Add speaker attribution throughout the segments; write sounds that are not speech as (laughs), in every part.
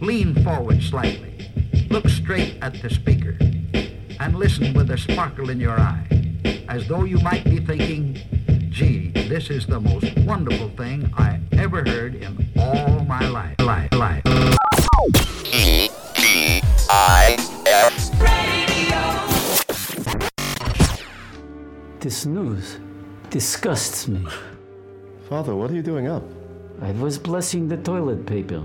Speaker 1: Lean forward slightly. Look straight at the speaker and listen with a sparkle in your eye, as though you might be thinking, gee, this is the most wonderful thing I ever heard in all my life. Life, life.
Speaker 2: E D I S.
Speaker 3: This news disgusts me.
Speaker 4: Father, what are you doing up?
Speaker 3: I was blessing the toilet paper.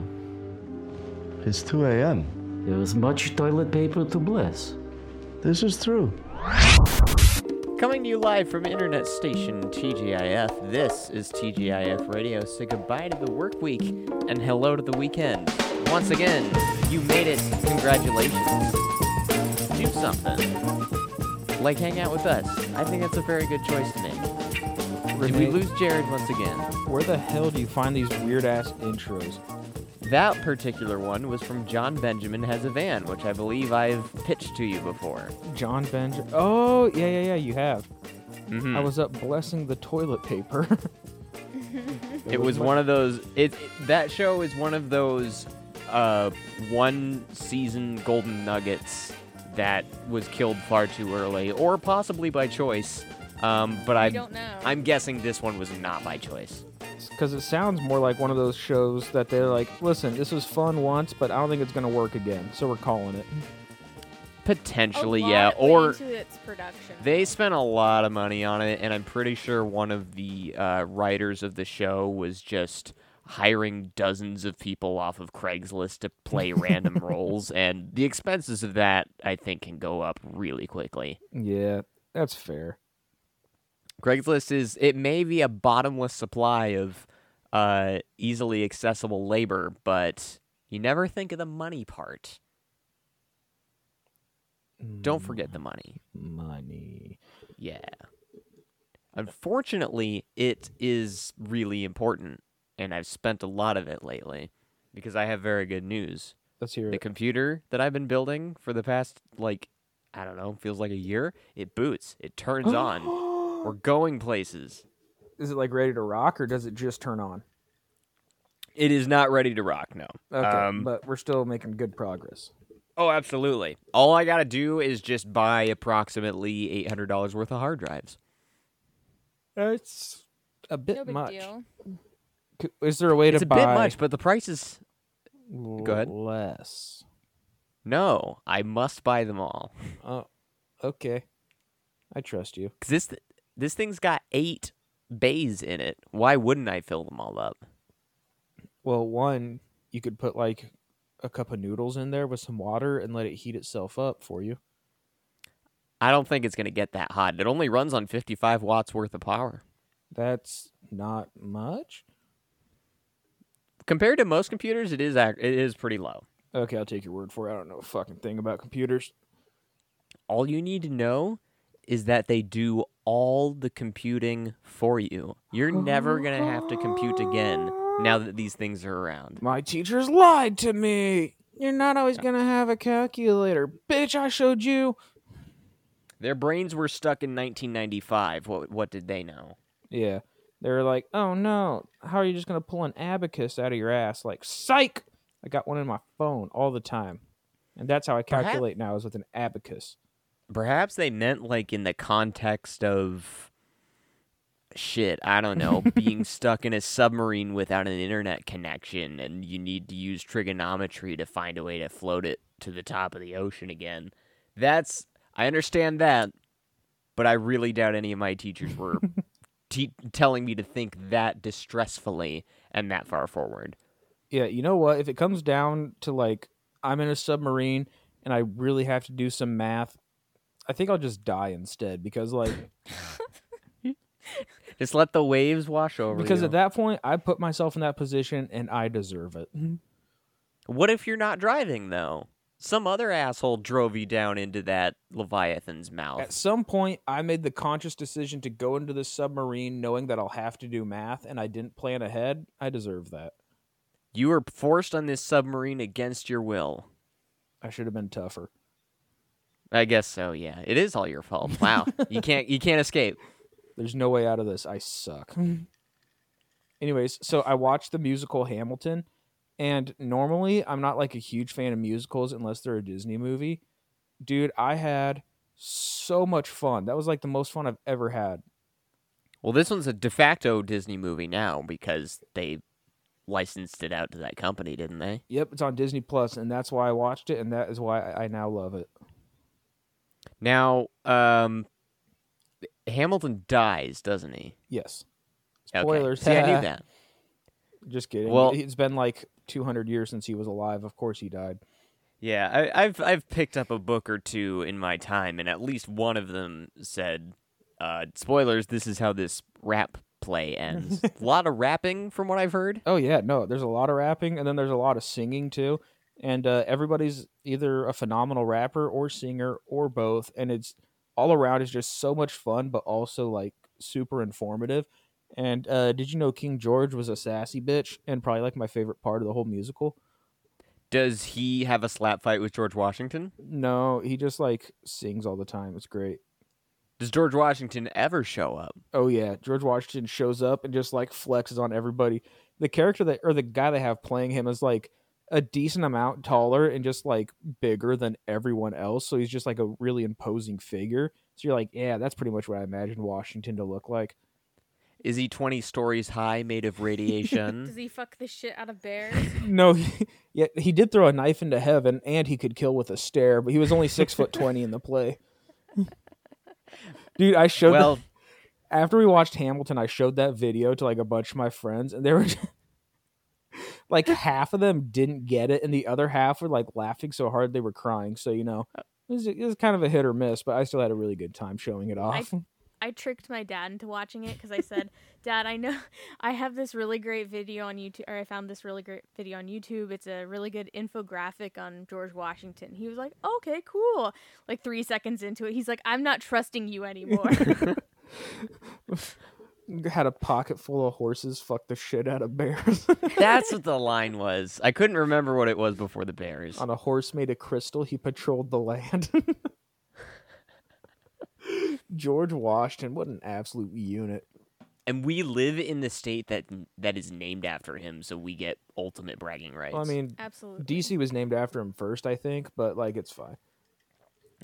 Speaker 4: It's 2 a.m.
Speaker 3: There is much toilet paper to bless.
Speaker 4: This is true.
Speaker 5: Coming to you live from internet station TGIF, this is TGIF Radio. Say goodbye to the work week and hello to the weekend. Once again, you made it. Congratulations. Do something. Like hang out with us. I think that's a very good choice to make. Did we
Speaker 6: Renee,
Speaker 5: lose Jared once again?
Speaker 6: Where the hell do you find these weird ass intros?
Speaker 5: That particular one was from John Benjamin Has a Van, which I believe I've pitched to you before.
Speaker 6: John Benjamin. Oh, yeah, yeah, yeah, you have.
Speaker 5: Mhm.
Speaker 6: I was up blessing the toilet paper. (laughs)
Speaker 5: It was one of those. It, it- that show is one of those uh, one season golden nuggets that was killed far too early, or possibly by choice. Um, but I
Speaker 7: don't know.
Speaker 5: I'm guessing this one was not by choice.
Speaker 6: Because it sounds more like one of those shows that they're like, listen, this was fun once, but I don't think it's going to work again, so we're calling it.
Speaker 5: Potentially,
Speaker 7: a lot
Speaker 5: yeah.
Speaker 7: went
Speaker 5: Or
Speaker 7: into its production.
Speaker 5: They spent a lot of money on it, and I'm pretty sure one of the uh, writers of the show was just hiring dozens of people off of Craigslist to play random roles, and the expenses of that, I think, can go up really quickly.
Speaker 6: Yeah, that's fair.
Speaker 5: Craigslist is, it may be a bottomless supply of uh, easily accessible labor, but you never think of the money part. Don't forget the money.
Speaker 6: Money.
Speaker 5: Yeah. Unfortunately, it is really important, and I've spent a lot of it lately because I have very good news.
Speaker 6: Let's hear
Speaker 5: The
Speaker 6: it.
Speaker 5: computer that I've been building for the past, like, I don't know, feels like a year, it boots, it turns (gasps) on. We're going places.
Speaker 6: Is it like ready to rock or does it just turn on?
Speaker 5: It is not ready to rock, no.
Speaker 6: Okay,
Speaker 5: Um,
Speaker 6: but we're still making good progress.
Speaker 5: oh, absolutely. All I got to do is just buy approximately $800 worth of hard drives.
Speaker 6: It's a bit
Speaker 7: no big
Speaker 6: much.
Speaker 7: deal.
Speaker 6: C- Is there a way
Speaker 5: It's
Speaker 6: to
Speaker 5: a
Speaker 6: buy
Speaker 5: bit much, but the price is.
Speaker 6: Go
Speaker 5: ahead.
Speaker 6: less?
Speaker 5: No, I must buy them all.
Speaker 6: Oh, okay. I trust you.
Speaker 5: 'Cause this th- this thing's got eight bays in it. Why wouldn't I fill them all up?
Speaker 6: Well, one, you could put like a cup of noodles in there with some water and let it heat itself up for you.
Speaker 5: I don't think it's gonna get that hot. It only runs on fifty-five watts worth of power.
Speaker 6: That's not much.
Speaker 5: Compared to most computers, it is ac- it is pretty low.
Speaker 6: Okay, I'll take your word for it. I don't know a fucking thing about computers.
Speaker 5: All you need to know is that they do all the computing for you. You're never gonna have to compute again now that these things are around.
Speaker 6: My teachers lied to me. You're not always going to have a calculator. Bitch, I showed you.
Speaker 5: Their brains were stuck in 1995. What what did they know?
Speaker 6: Yeah. They were like, oh no, how are you just going to pull an abacus out of your ass? Like, psych! I got one in my phone all the time. And that's how I
Speaker 5: Perhaps-
Speaker 6: calculate now is with an abacus.
Speaker 5: perhaps they meant like in the context of shit i don't know being stuck in a submarine without an internet connection and you need to use trigonometry to find a way to float it to the top of the ocean again that's i understand that but i really doubt any of my teachers were te- telling me to think that distressfully and that far forward
Speaker 6: Yeah, you know what? If it comes down to like I'm in a submarine and I really have to do some math, I think I'll just die instead because like
Speaker 5: just let the waves wash over
Speaker 6: because
Speaker 5: you.
Speaker 6: at that point I put myself in that position and I deserve it.
Speaker 5: What if you're not driving though? Some other asshole drove you down into that leviathan's
Speaker 6: At
Speaker 5: mouth.
Speaker 6: some point I made the conscious decision to go into this submarine knowing that I'll have to do math and I didn't plan ahead. I deserve that.
Speaker 5: You were forced on this submarine against your will.
Speaker 6: I should have been tougher.
Speaker 5: I guess so. Yeah, it is all your fault. Wow, you can't you can't escape.
Speaker 6: There's no way out of this. I suck. Anyways, so I watched the musical Hamilton And normally, I'm not like a huge fan of musicals unless they're a Disney movie. Dude, I had so much fun. That was like the most fun I've ever had.
Speaker 5: Well, this one's a de facto Disney movie now because they licensed it out to that company, didn't they?
Speaker 6: Yep, it's on Disney Plus, and that's why I watched it, and that is why I I now love it.
Speaker 5: Now, um, Hamilton dies, doesn't he?
Speaker 6: Yes.
Speaker 5: Okay.
Speaker 6: Spoilers.
Speaker 5: See,
Speaker 6: (laughs)
Speaker 5: I knew that.
Speaker 6: Just kidding.
Speaker 5: Well-
Speaker 6: it's been like 200 years since he was alive. Of course he died.
Speaker 5: Yeah, I, I've I've picked up a book or two in my time, and at least one of them said, uh, "Spoilers: This is how this rap play
Speaker 6: (laughs)
Speaker 5: ends." a lot of rapping, from what I've heard.
Speaker 6: Oh yeah, no, there's a lot of rapping and then there's a lot of singing too. And uh, everybody's either a phenomenal rapper or singer or both and it's all around is just so much fun but also like super informative. And uh, did you know King George was a sassy bitch and probably like my favorite part of the whole musical?
Speaker 5: Does he have a slap fight with George Washington?
Speaker 6: No, he just like sings all the time. It's great.
Speaker 5: Does George Washington ever show up?
Speaker 6: Oh yeah, George Washington shows up and just like flexes on everybody. The character that or the guy they have playing him is like a decent amount taller and just like bigger than everyone else, so he's just like a really imposing figure. So you're like, yeah, that's pretty much what I imagined Washington to look like. (laughs)
Speaker 5: Is he twenty stories high, made of
Speaker 6: (laughs)
Speaker 7: Does
Speaker 5: radiation?
Speaker 7: he fuck the shit out of bears?
Speaker 5: (laughs)
Speaker 6: No, he, yeah, he did throw a knife into heaven and he could kill with a stare, but he was only six foot twenty in the play. (laughs) Dude, I showed
Speaker 5: well,
Speaker 6: after we watched Hamilton, I showed that video to like a bunch of my friends, and they were (laughs) like half of them didn't get it, and the other half were like laughing so hard they were crying. So you know, it was, it was kind of a hit or miss, but I still had a really good time showing it off.
Speaker 7: I tricked my dad into watching it because I said, (laughs) "Dad, I know I have this really great video on YouTube, or I found this really great video on YouTube. It's a really good infographic on George Washington." He was like, "Okay, cool." Like three seconds into it, he's like, "I'm not trusting you
Speaker 5: (laughs)
Speaker 7: anymore."
Speaker 6: (laughs) had a pocket full of horses, fucked the shit out of bears. (laughs)
Speaker 5: that's what the line was. I couldn't remember what it was before the Bears.
Speaker 6: on a horse made of crystal, he patrolled the land. (laughs) George Washington, what an absolute unit.
Speaker 5: And we live in the state that that is named after him, so we get ultimate bragging rights.
Speaker 6: Well, I mean,
Speaker 7: (laughs) Absolutely.
Speaker 6: DC was named after him first, I think, but like it's fine.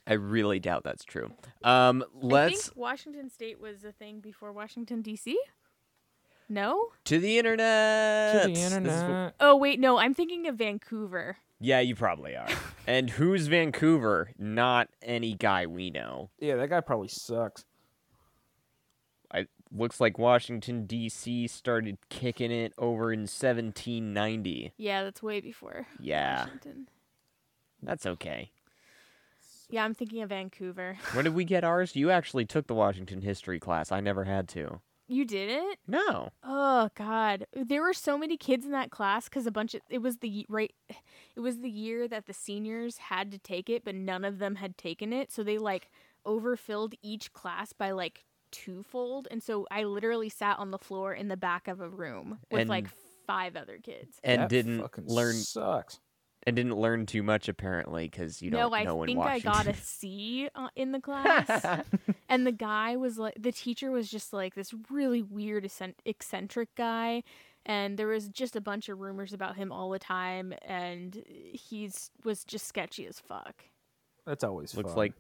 Speaker 5: I really doubt that's true. Um,
Speaker 7: I
Speaker 5: let's
Speaker 7: think Washington State was a thing before Washington D.C. No.
Speaker 5: to the internet.
Speaker 6: to the
Speaker 5: This is what-
Speaker 6: internet.
Speaker 7: Oh wait, no. I'm thinking of Vancouver.
Speaker 5: yeah, you probably
Speaker 7: (laughs)
Speaker 5: are. and who's Vancouver? Not any guy we know.
Speaker 6: Yeah, that guy probably sucks.
Speaker 5: I looks like Washington D.C. started kicking it over in 1790.
Speaker 7: Yeah, that's way before
Speaker 5: Yeah,
Speaker 7: Washington.
Speaker 5: that's okay.
Speaker 7: Yeah, I'm thinking of Vancouver. (laughs)
Speaker 5: When did we get ours? You actually took the Washington history class. I never had to.
Speaker 7: You didn't?
Speaker 5: No.
Speaker 7: Oh God, there were so many kids in that class because a bunch of it was the ye- right, it was the year that the seniors had to take it, but none of them had taken it, so they like overfilled each class by like twofold, and so I literally sat on the floor in the back of a room with
Speaker 5: And-
Speaker 7: like five other kids.
Speaker 5: And
Speaker 6: That fucking
Speaker 5: didn't learn
Speaker 6: Sucks.
Speaker 5: and didn't learn too much apparently because you don't
Speaker 7: no, I
Speaker 5: know in
Speaker 7: think I
Speaker 5: Washington.
Speaker 7: got a C uh, in
Speaker 5: (laughs)
Speaker 7: the class, and the guy was like, the teacher was just like this really weird, eccen- eccentric guy, and there was just a bunch of rumors about him all the time, and he's was just sketchy as fuck.
Speaker 6: That's always
Speaker 5: Looks
Speaker 6: fun.
Speaker 5: like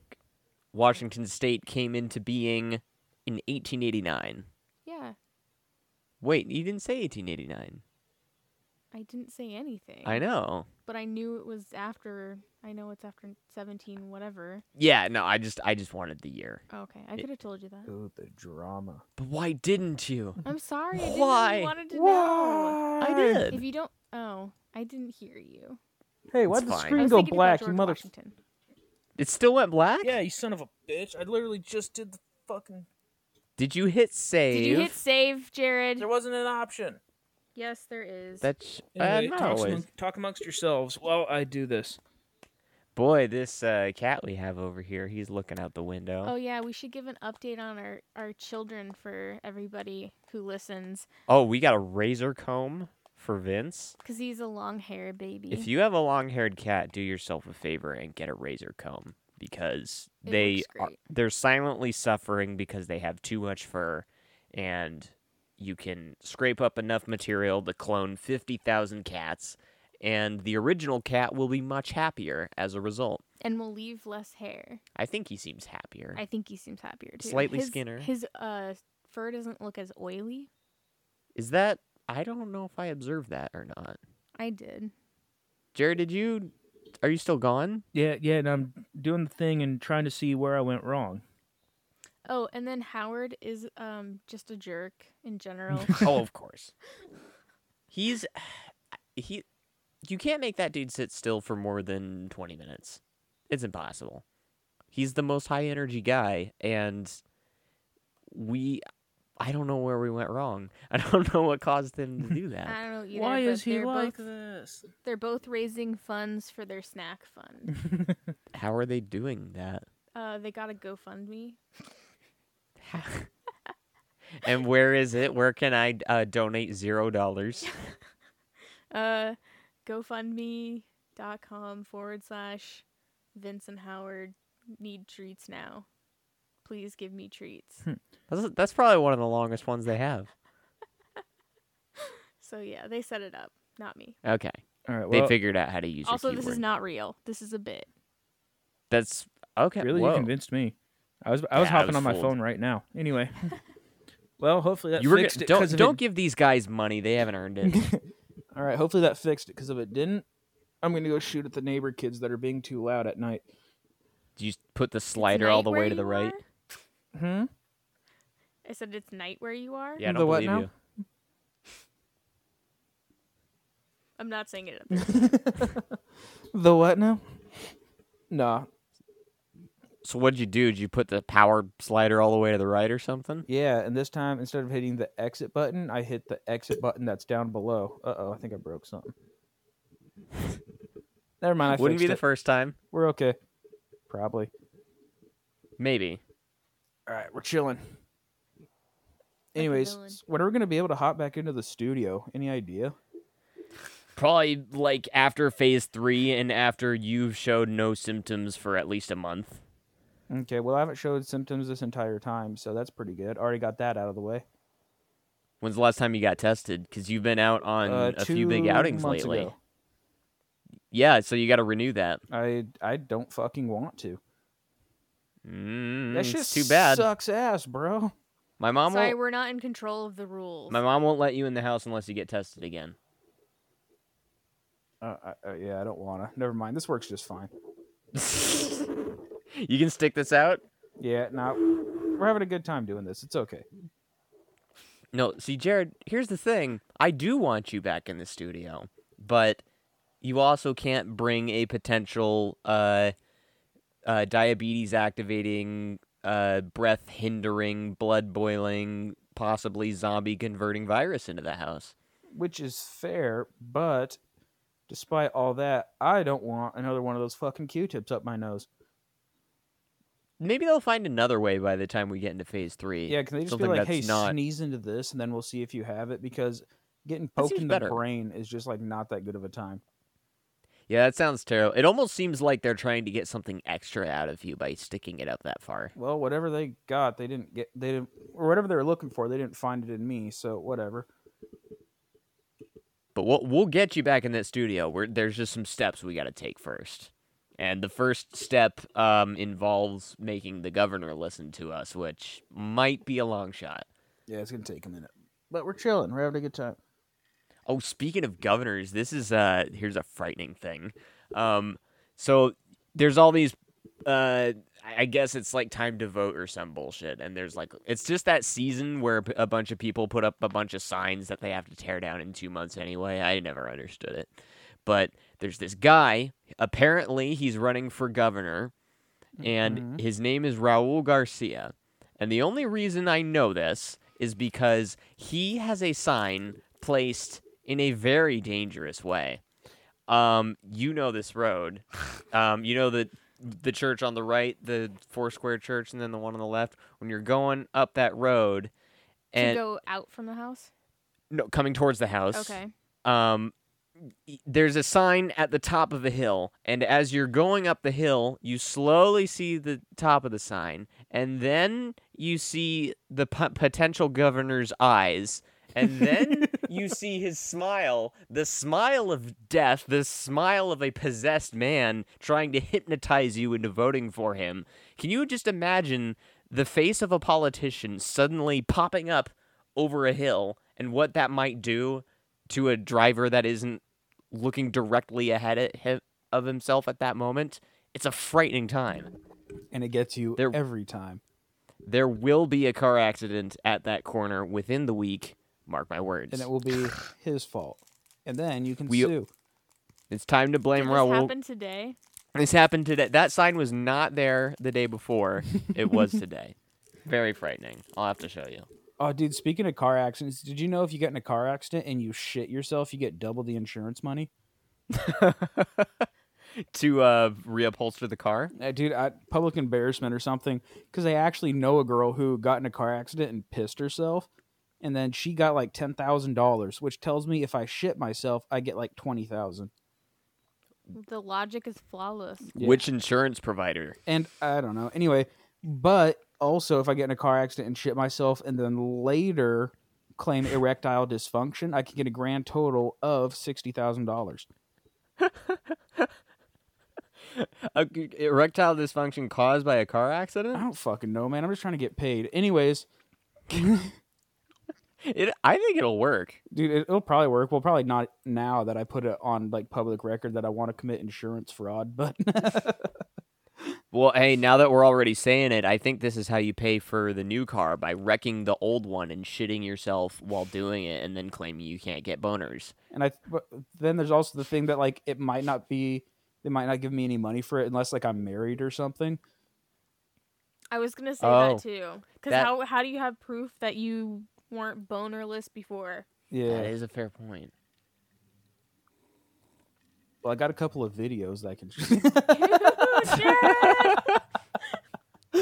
Speaker 5: Washington State came into being in 1889.
Speaker 7: Yeah,
Speaker 5: Wait, you didn't say 1889.
Speaker 7: I didn't say anything,
Speaker 5: I know.
Speaker 7: but I knew it was after. I know it's after seventeen, whatever.
Speaker 5: Yeah, no, I just I just wanted the year.
Speaker 7: Okay, I could have told you that.
Speaker 6: Ooh, the
Speaker 7: (gasps)
Speaker 6: drama.
Speaker 5: But why didn't you?
Speaker 7: I'm sorry. I didn't know
Speaker 5: Why?
Speaker 7: you wanted to know.
Speaker 5: I
Speaker 7: If
Speaker 5: did.
Speaker 7: you don't, oh, I didn't hear you.
Speaker 6: Hey,
Speaker 5: why'd It's
Speaker 6: why'd the
Speaker 5: the fine.
Speaker 7: I
Speaker 6: screen
Speaker 7: was
Speaker 6: go
Speaker 7: thinking about
Speaker 6: black, you
Speaker 7: George
Speaker 6: mother?
Speaker 7: Washington.
Speaker 5: It still went black?
Speaker 6: you son of a bitch. I literally just did the fucking.
Speaker 5: Did you hit save?
Speaker 7: Did you hit save, Jared?
Speaker 6: wasn't an option.
Speaker 7: Yes, there is.
Speaker 5: That's uh, not always.
Speaker 6: talk amongst yourselves while I do this.
Speaker 5: Boy, this uh, cat we have over here, he's looking out the window.
Speaker 7: oh yeah, we should give an update on our our children for everybody who listens,
Speaker 5: Oh, we got a razor comb for Vince.
Speaker 7: because he's a long hair baby.
Speaker 5: If you have a long-haired cat, do yourself a favor and get a razor comb because
Speaker 7: It
Speaker 5: they
Speaker 7: looks
Speaker 5: are,
Speaker 7: great.
Speaker 5: they're silently suffering because they have too much fur and you can scrape up enough material to clone 50,000 cats and the original cat will be much happier as a result.
Speaker 7: and will leave less hair.
Speaker 5: I think he seems happier.
Speaker 7: I think he seems happier too.
Speaker 5: Slightly
Speaker 7: his,
Speaker 5: skinner.
Speaker 7: His uh fur doesn't look as oily.
Speaker 5: Is that? I don't know if I observed that or not.
Speaker 7: I did.
Speaker 5: Jared, did you? Are you still gone?
Speaker 6: Yeah, yeah, and I'm doing the thing and trying to see where I went wrong.
Speaker 7: Oh, and then Howard is um just a jerk in general.
Speaker 5: oh,
Speaker 7: (laughs)
Speaker 5: of course. He's (sighs) he. You can't make that dude sit still for more than twenty minutes. It's impossible. He's the most high energy guy, and we. I don't know where we went wrong. (laughs) I don't know what caused him to do
Speaker 7: I (laughs)
Speaker 5: that.
Speaker 7: don't know either.
Speaker 6: Why
Speaker 7: but
Speaker 6: is he
Speaker 7: they're
Speaker 6: like
Speaker 7: both,
Speaker 6: this?
Speaker 7: They're both raising funds for their snack fund.
Speaker 5: How are they doing that?
Speaker 7: uh, they got a GoFundMe.
Speaker 5: and where is it? Where can I uh, donate zero
Speaker 7: (laughs)
Speaker 5: dollars?
Speaker 7: Uh, GoFundMe.com forward slash Vincent Howard need treats now. Please give me treats.
Speaker 5: Hmm. That's, that's probably one of the longest ones they have.
Speaker 7: so yeah, they set it up, not me.
Speaker 5: Okay,
Speaker 6: All right,
Speaker 5: they
Speaker 6: well,
Speaker 5: figured out how to use. your
Speaker 7: Also, this is
Speaker 5: keyword.
Speaker 7: not real. This is a bit.
Speaker 5: That's okay.
Speaker 6: really you
Speaker 5: whoa.
Speaker 6: convinced me. I was I was
Speaker 5: Yeah, I
Speaker 6: hopping
Speaker 5: was
Speaker 6: on my
Speaker 5: fooled.
Speaker 6: phone right now.
Speaker 7: (laughs)
Speaker 6: Anyway, well, hopefully that
Speaker 5: You were gonna-
Speaker 6: fixed it. 'cause
Speaker 5: don't
Speaker 6: if
Speaker 5: don't
Speaker 6: it-
Speaker 5: give these guys money. They haven't earned
Speaker 6: (laughs)
Speaker 5: it.
Speaker 6: All right, hopefully that fixed it. Because if it didn't, I'm gonna go shoot at the neighbor kids that are being too loud at night.
Speaker 5: Do you put the slider all
Speaker 7: night
Speaker 5: the
Speaker 7: where
Speaker 5: way to the
Speaker 7: you
Speaker 5: right?
Speaker 7: are?
Speaker 6: Hmm.
Speaker 7: I said it's night where you are.
Speaker 5: Yeah, I
Speaker 6: The
Speaker 5: don't
Speaker 6: what
Speaker 5: believe
Speaker 6: now?
Speaker 5: you.
Speaker 7: I'm not
Speaker 5: (laughs)
Speaker 7: saying it. Up there.
Speaker 6: The what now? Nah.
Speaker 5: So what'd you do? Did you put the power slider all the way to the right or something?
Speaker 6: Yeah, and this time instead of hitting the exit button, I hit the exit button that's down below. Uh oh, I think I broke something. Never mind. I
Speaker 5: Wouldn't be
Speaker 6: fixed
Speaker 5: the
Speaker 6: it.
Speaker 5: first time.
Speaker 6: We're okay. Probably.
Speaker 5: Maybe.
Speaker 6: All right, we're chilling. Anyways,
Speaker 7: villain.
Speaker 6: s- when are we gonna be able to hop back into the studio? Any idea?
Speaker 5: Probably like after phase three and after you've showed no symptoms for at least a month.
Speaker 6: Okay, well I haven't showed symptoms this entire time, so that's pretty good. Already got that out of the way.
Speaker 5: When's the last time you got tested? Because you've been out on
Speaker 6: Uh,
Speaker 5: a few big
Speaker 6: two
Speaker 5: outings
Speaker 6: months
Speaker 5: lately.
Speaker 6: ago.
Speaker 5: Yeah, so you got to renew that.
Speaker 6: I I don't fucking want to.
Speaker 5: Mm,
Speaker 6: That
Speaker 5: it's
Speaker 6: shit's
Speaker 5: too bad.
Speaker 6: Sucks ass, bro.
Speaker 5: My mom
Speaker 7: Sorry,
Speaker 5: won't.
Speaker 7: we're not in control of the rules.
Speaker 5: My mom won't let you in the house unless you get tested again.
Speaker 6: Uh, I, uh, yeah, I don't wanna. Never mind. This works just fine.
Speaker 5: (laughs) You can stick this out.
Speaker 6: Yeah, no, we're having a good time doing this. It's okay.
Speaker 5: No, see, Jared, here's the thing. I do want you back in the studio, but you also can't bring a potential uh, uh, diabetes activating, uh, breath hindering, blood boiling, possibly zombie converting virus into the house.
Speaker 6: Which is fair, but despite all that, I don't want another one of those fucking Q-tips up my nose.
Speaker 5: Maybe they'll find another way by the time we get into phase three.
Speaker 6: Yeah, can they just
Speaker 5: Something
Speaker 6: be like,
Speaker 5: that's
Speaker 6: "Hey,
Speaker 5: not
Speaker 6: sneeze into this, and then we'll see if you have it"? Because getting
Speaker 5: That
Speaker 6: poked
Speaker 5: seems
Speaker 6: in the
Speaker 5: better.
Speaker 6: brain is just like not that good of a time.
Speaker 5: Yeah, that sounds terrible. It almost seems like they're trying to get something extra out of you by sticking it up that far.
Speaker 6: Well, whatever they got, they didn't get they didn't or whatever they were looking for, they didn't find it in me. So whatever.
Speaker 5: But we'll we'll get you back in that studio. Where there's just some steps we got to take first, and the first step um, involves making the governor listen to us, which might be a long shot.
Speaker 6: Yeah, it's gonna take a minute, but we're chilling. We're having a good time.
Speaker 5: Oh, speaking of governors, this is uh here's a frightening thing. Um, so there's all these uh I- I guess it's like time to vote or some bullshit, and there's like it's just that season where a bunch of people put up a bunch of signs that they have to tear down in two months anyway. I never understood it, but there's this guy. Apparently, he's running for governor, and
Speaker 7: Mm-hmm.
Speaker 5: his name is Raul Garcia. And the only reason I know this is because he has a sign placed in a very dangerous way. Um, you know this
Speaker 7: (laughs)
Speaker 5: road. Um, you know the the church on the right, the four square church, and then the one on the left. When you're going up that road,
Speaker 7: to
Speaker 5: and
Speaker 7: go out from the house.
Speaker 5: no, coming towards the house
Speaker 7: Okay.
Speaker 5: um, y- there's a sign at the top of a hill, and as you're going up the hill, you slowly see the top of the sign, and then you see the p- potential governor's eyes, and then you see his smile, the smile of death, the smile of a possessed man trying to hypnotize you into voting for him. Can you just imagine the face of a politician suddenly popping up over a hill and what that might do to a driver that isn't looking directly ahead at him, of himself at that moment? It's a frightening time.
Speaker 6: and it gets you
Speaker 5: There-
Speaker 6: every time.
Speaker 5: There will be a car accident at that corner within the week. Mark my words.
Speaker 6: And it will be his fault. And then you can
Speaker 5: We-
Speaker 6: sue.
Speaker 5: It's time to blame
Speaker 7: Did this
Speaker 5: Raul.
Speaker 7: happened today.
Speaker 5: This happened today. That sign was not there the day before. It (laughs) was today. Very frightening. I'll have to show you.
Speaker 6: Oh, dude, speaking of car accidents, did you know if you get in a car accident and you shit yourself, you get double the insurance money?
Speaker 5: To uh, reupholster the car.
Speaker 6: Uh, dude, I, public embarrassment or something. Because I actually know a girl who got in a car accident and pissed herself. And then she got like $10,000, which tells me if I shit myself, I get like 20000
Speaker 7: The logic is flawless.
Speaker 6: Yeah.
Speaker 5: Which insurance provider?
Speaker 6: and I don't know. Anyway, but also if I get in a car accident and shit myself and then later claim erectile dysfunction, I can get a grand total of sixty thousand dollars.
Speaker 5: A, erectile dysfunction caused by a car
Speaker 6: I
Speaker 5: accident?
Speaker 6: don't fucking know, man. I'm just trying to get paid. Anyways,
Speaker 5: It, I think it'll work.
Speaker 6: dude, it- it'll probably work. Well, probably not now that I put it on like public record that I want to commit insurance fraud, (laughs) but
Speaker 5: Well, hey, now that we're already saying it, I think this is how you pay for the new car by wrecking the old one and shitting yourself while doing it and then claiming you can't get boners.
Speaker 6: and I but then there's also the thing that like it might not be they might not give me any money for it unless like I'm married or something.
Speaker 7: I was gonna say
Speaker 5: Oh.
Speaker 7: that too. Because
Speaker 5: That-
Speaker 7: how how do you have proof that you weren't bonerless
Speaker 5: (laughs)
Speaker 7: before?
Speaker 5: That
Speaker 6: Yeah.
Speaker 5: is a fair point.
Speaker 6: Well, I got a couple of videos that I can
Speaker 5: (laughs)
Speaker 7: Oh,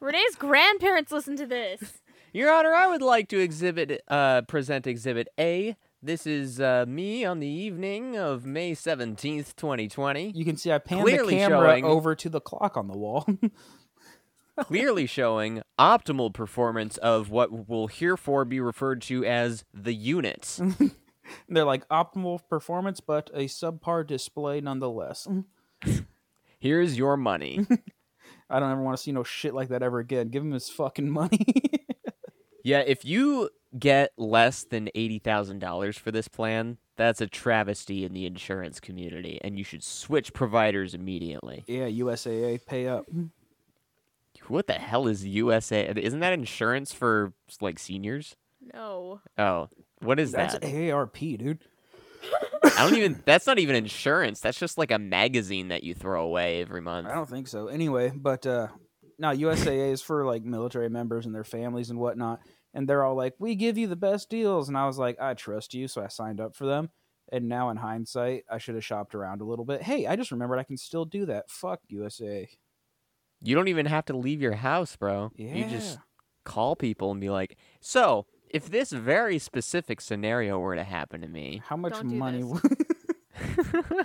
Speaker 7: Renee's grandparents listen to this.
Speaker 5: Your Honor, I would like to exhibit, uh, present Exhibit A. This is uh, me on the evening of May seventeenth, twenty twenty,
Speaker 6: You (laughs) can see I pan
Speaker 5: Clearly
Speaker 6: the camera
Speaker 5: showing-
Speaker 6: over to the clock on the wall. (laughs)
Speaker 5: clearly showing optimal performance of what will herefore be referred to as the units.
Speaker 6: They're like optimal performance, but a subpar display nonetheless. (laughs)
Speaker 5: Here's your money.
Speaker 6: I don't ever want to see no shit like that ever again. Give him his fucking (laughs) money.
Speaker 5: yeah, if you get less than eighty thousand dollars for this plan, that's a travesty in the insurance community, and you should switch providers immediately.
Speaker 6: yeah, USAA, pay up.
Speaker 5: What the hell is USA? Isn't that insurance for like seniors?
Speaker 7: No.
Speaker 5: Oh, what (laughs) is
Speaker 6: That's
Speaker 5: that?
Speaker 6: AARP, dude.
Speaker 5: I don't
Speaker 6: (laughs)
Speaker 5: even. That's not even insurance. That's just like a magazine that you throw away every month.
Speaker 6: I don't think so. Anyway, but uh no, USAA is for like military members and their families and whatnot. And they're all like, "We give you the best deals." And I was like, "I trust you," so I signed up for them. And now, in hindsight, I should have shopped around a little bit. Hey, I just remembered I can still do that. Fuck USA.
Speaker 5: You don't even have to leave your house, bro. You just call people and be like, "So, if this very specific scenario were to happen to me,
Speaker 6: How much
Speaker 7: Don't do
Speaker 6: money?
Speaker 7: this.
Speaker 6: w-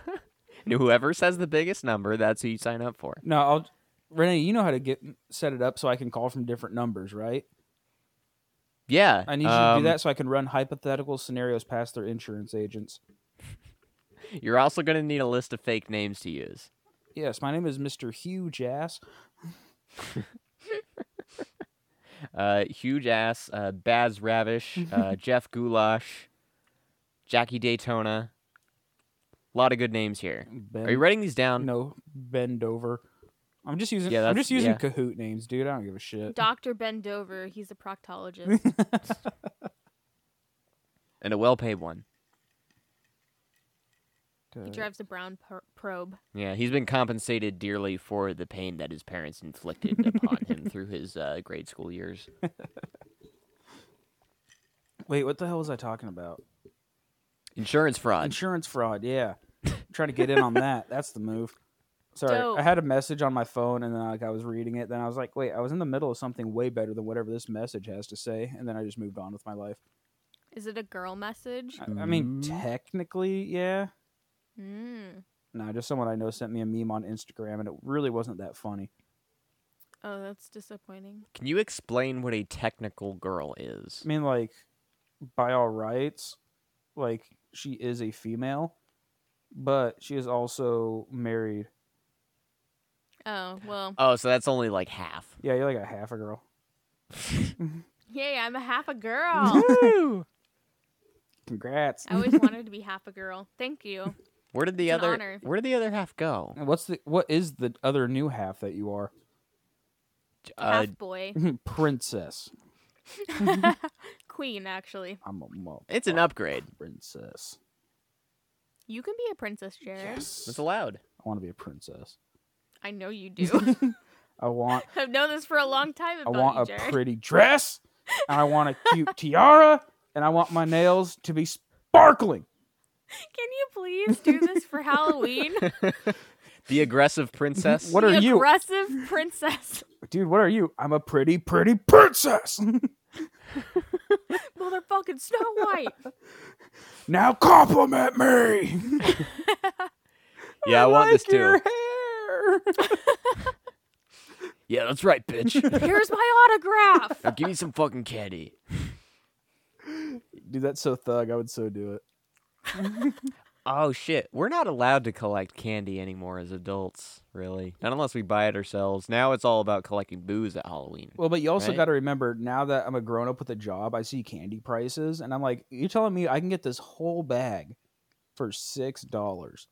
Speaker 5: and whoever says the biggest number, that's who you sign up for."
Speaker 6: (laughs) no, I'll. Renee, you know how to get set it up so I can call from different numbers, right?
Speaker 5: Yeah,
Speaker 6: I need you to
Speaker 5: um,
Speaker 6: do that so I can run hypothetical scenarios past their insurance agents.
Speaker 5: You're also gonna need a list of fake names to use.
Speaker 6: Yes, my name is Mr. Huge Ass.
Speaker 5: Uh, huge ass, uh, Baz
Speaker 6: (laughs)
Speaker 5: Ravish, uh, Jeff Goulash, Jackie Daytona. A lot of good names here.
Speaker 6: Ben,
Speaker 5: Are you writing these down?
Speaker 6: No, bend over. I'm just using.
Speaker 5: Yeah,
Speaker 6: I'm
Speaker 5: that's-
Speaker 6: just using
Speaker 5: yeah.
Speaker 6: Kahoot names, dude. I don't give a shit.
Speaker 7: Doctor Ben Dover, he's a proctologist.
Speaker 5: And a well paid one.
Speaker 7: he drives a brown pr- probe.
Speaker 5: Yeah, he's been compensated dearly for the pain that his parents
Speaker 6: (laughs)
Speaker 5: inflicted upon him through his uh, grade school years.
Speaker 6: Wait, what the hell was I talking about?
Speaker 5: Insurance fraud.
Speaker 6: Insurance fraud. Yeah, trying to get in on that. That's the move. Sorry,
Speaker 7: Dope.
Speaker 6: I had a message on my phone, and then like I was reading it. Then I was like, wait, I was in the middle of something way better than whatever this message has to say, and then I just moved on with my life.
Speaker 7: Is it a girl message?
Speaker 6: I, I mean, technically, yeah.
Speaker 7: Mm.
Speaker 6: No, just someone I know sent me a meme on Instagram, and it really wasn't that funny.
Speaker 7: Oh, that's disappointing.
Speaker 5: Can you explain what a technical girl is?
Speaker 6: I mean, like, by all rights, like she is a female, but she is also married.
Speaker 7: Oh well.
Speaker 5: Oh, so that's only like half.
Speaker 6: Yeah, you're like a half a girl.
Speaker 7: Yay! I'm a half a girl.
Speaker 6: Congrats.
Speaker 7: I always wanted to be half a girl. Thank you.
Speaker 5: Where did the
Speaker 7: It's an
Speaker 5: other
Speaker 7: honor.
Speaker 5: Where did the other half go?
Speaker 6: And What's the what is the other new half that you are?
Speaker 5: Uh, (laughs)
Speaker 7: half boy,
Speaker 6: princess.
Speaker 7: queen. Actually,
Speaker 6: I'm a mo-
Speaker 5: it's an upgrade.
Speaker 6: princess.
Speaker 7: you can be a princess, Jared.
Speaker 5: It's allowed.
Speaker 6: I want to be a princess.
Speaker 7: I know
Speaker 5: (laughs)
Speaker 7: you do.
Speaker 6: I want
Speaker 7: I've known this for a long time
Speaker 6: I (laughs)
Speaker 7: about
Speaker 6: want
Speaker 7: you,
Speaker 6: a
Speaker 7: Jared.
Speaker 6: pretty dress, and I want a cute tiara, and I want my nails to be sparkling.
Speaker 7: (laughs) Can you please do this for Halloween?
Speaker 5: The aggressive princess.
Speaker 6: (laughs) What are
Speaker 7: the
Speaker 6: you,
Speaker 7: aggressive
Speaker 6: (laughs)
Speaker 7: princess,
Speaker 6: dude? What are you? I'm a pretty, pretty princess. (laughs)
Speaker 7: motherfucking Snow White.
Speaker 6: now compliment (laughs) me.
Speaker 5: yeah, I, want
Speaker 6: like
Speaker 5: this
Speaker 6: your
Speaker 5: too.
Speaker 6: hair.
Speaker 5: Yeah, that's right,
Speaker 6: (laughs)
Speaker 5: bitch.
Speaker 7: Here's (laughs) my autograph.
Speaker 5: now give me some fucking candy.
Speaker 6: Dude, that's so thug. I would so do it.
Speaker 5: (laughs) Oh shit, we're not allowed to collect candy anymore as adults, really. Not unless we buy it ourselves. Now it's all about collecting booze at Halloween.
Speaker 6: (laughs) Well, but you also
Speaker 5: Right?
Speaker 6: got to remember now that I'm a grown up with a job, I see candy prices, and I'm like, you're telling me I can get this whole bag for six dollars?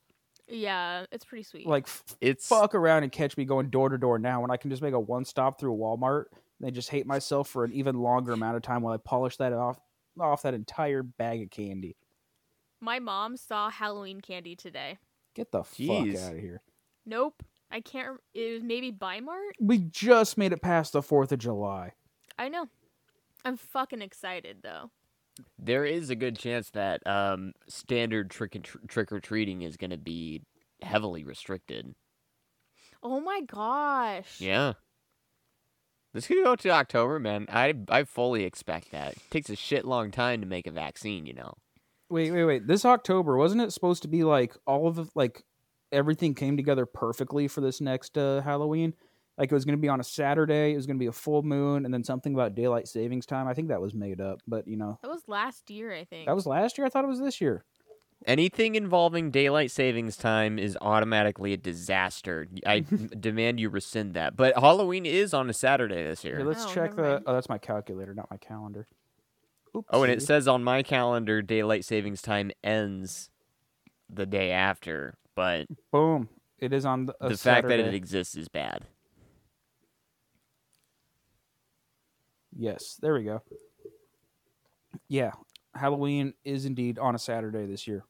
Speaker 7: Yeah, it's pretty sweet.
Speaker 6: Like, f-
Speaker 5: It's
Speaker 6: fuck around and catch me going door to door now when I can just make a one stop through Walmart and then just hate myself for an even longer amount of time while I polish that off off that entire bag of candy.
Speaker 7: my mom saw Halloween candy today.
Speaker 6: Get the
Speaker 5: Jeez.
Speaker 6: fuck out of here.
Speaker 7: Nope. I can't. rem- It was maybe Bimart.
Speaker 6: We just made it past the 4th of July.
Speaker 7: I know. I'm fucking excited though.
Speaker 5: there is a good chance that um standard trick and tr- trick or treating is going to be heavily restricted.
Speaker 7: Oh my gosh.
Speaker 5: Yeah. This could go to October, man. I I fully expect that. takes a shit long time to make a vaccine, you know.
Speaker 6: Wait, wait, wait. This October wasn't it supposed to be like all of like everything came together perfectly for this next uh, Halloween? Like it was going to be on a Saturday, it was going to be a full moon and then something about daylight savings time. I think that was made up, but you know,
Speaker 7: That was last year, I think.
Speaker 6: that was last year. I thought it was this year.
Speaker 5: Anything involving daylight savings time is automatically a disaster.
Speaker 6: (laughs)
Speaker 5: I demand you rescind that. But Halloween is on a Saturday this
Speaker 6: Here,
Speaker 5: year.
Speaker 6: let's
Speaker 7: Oh,
Speaker 6: check
Speaker 7: never
Speaker 6: the.
Speaker 7: mind.
Speaker 6: Oh, that's my calculator, not my calendar. Oops.
Speaker 5: Oh, and it says on my calendar daylight savings time ends the day after, but
Speaker 6: boom. It is on the, a
Speaker 5: the fact that it
Speaker 6: Saturday.
Speaker 5: exists is bad.
Speaker 6: Yes, there we go. Yeah, Halloween is indeed on a Saturday this year.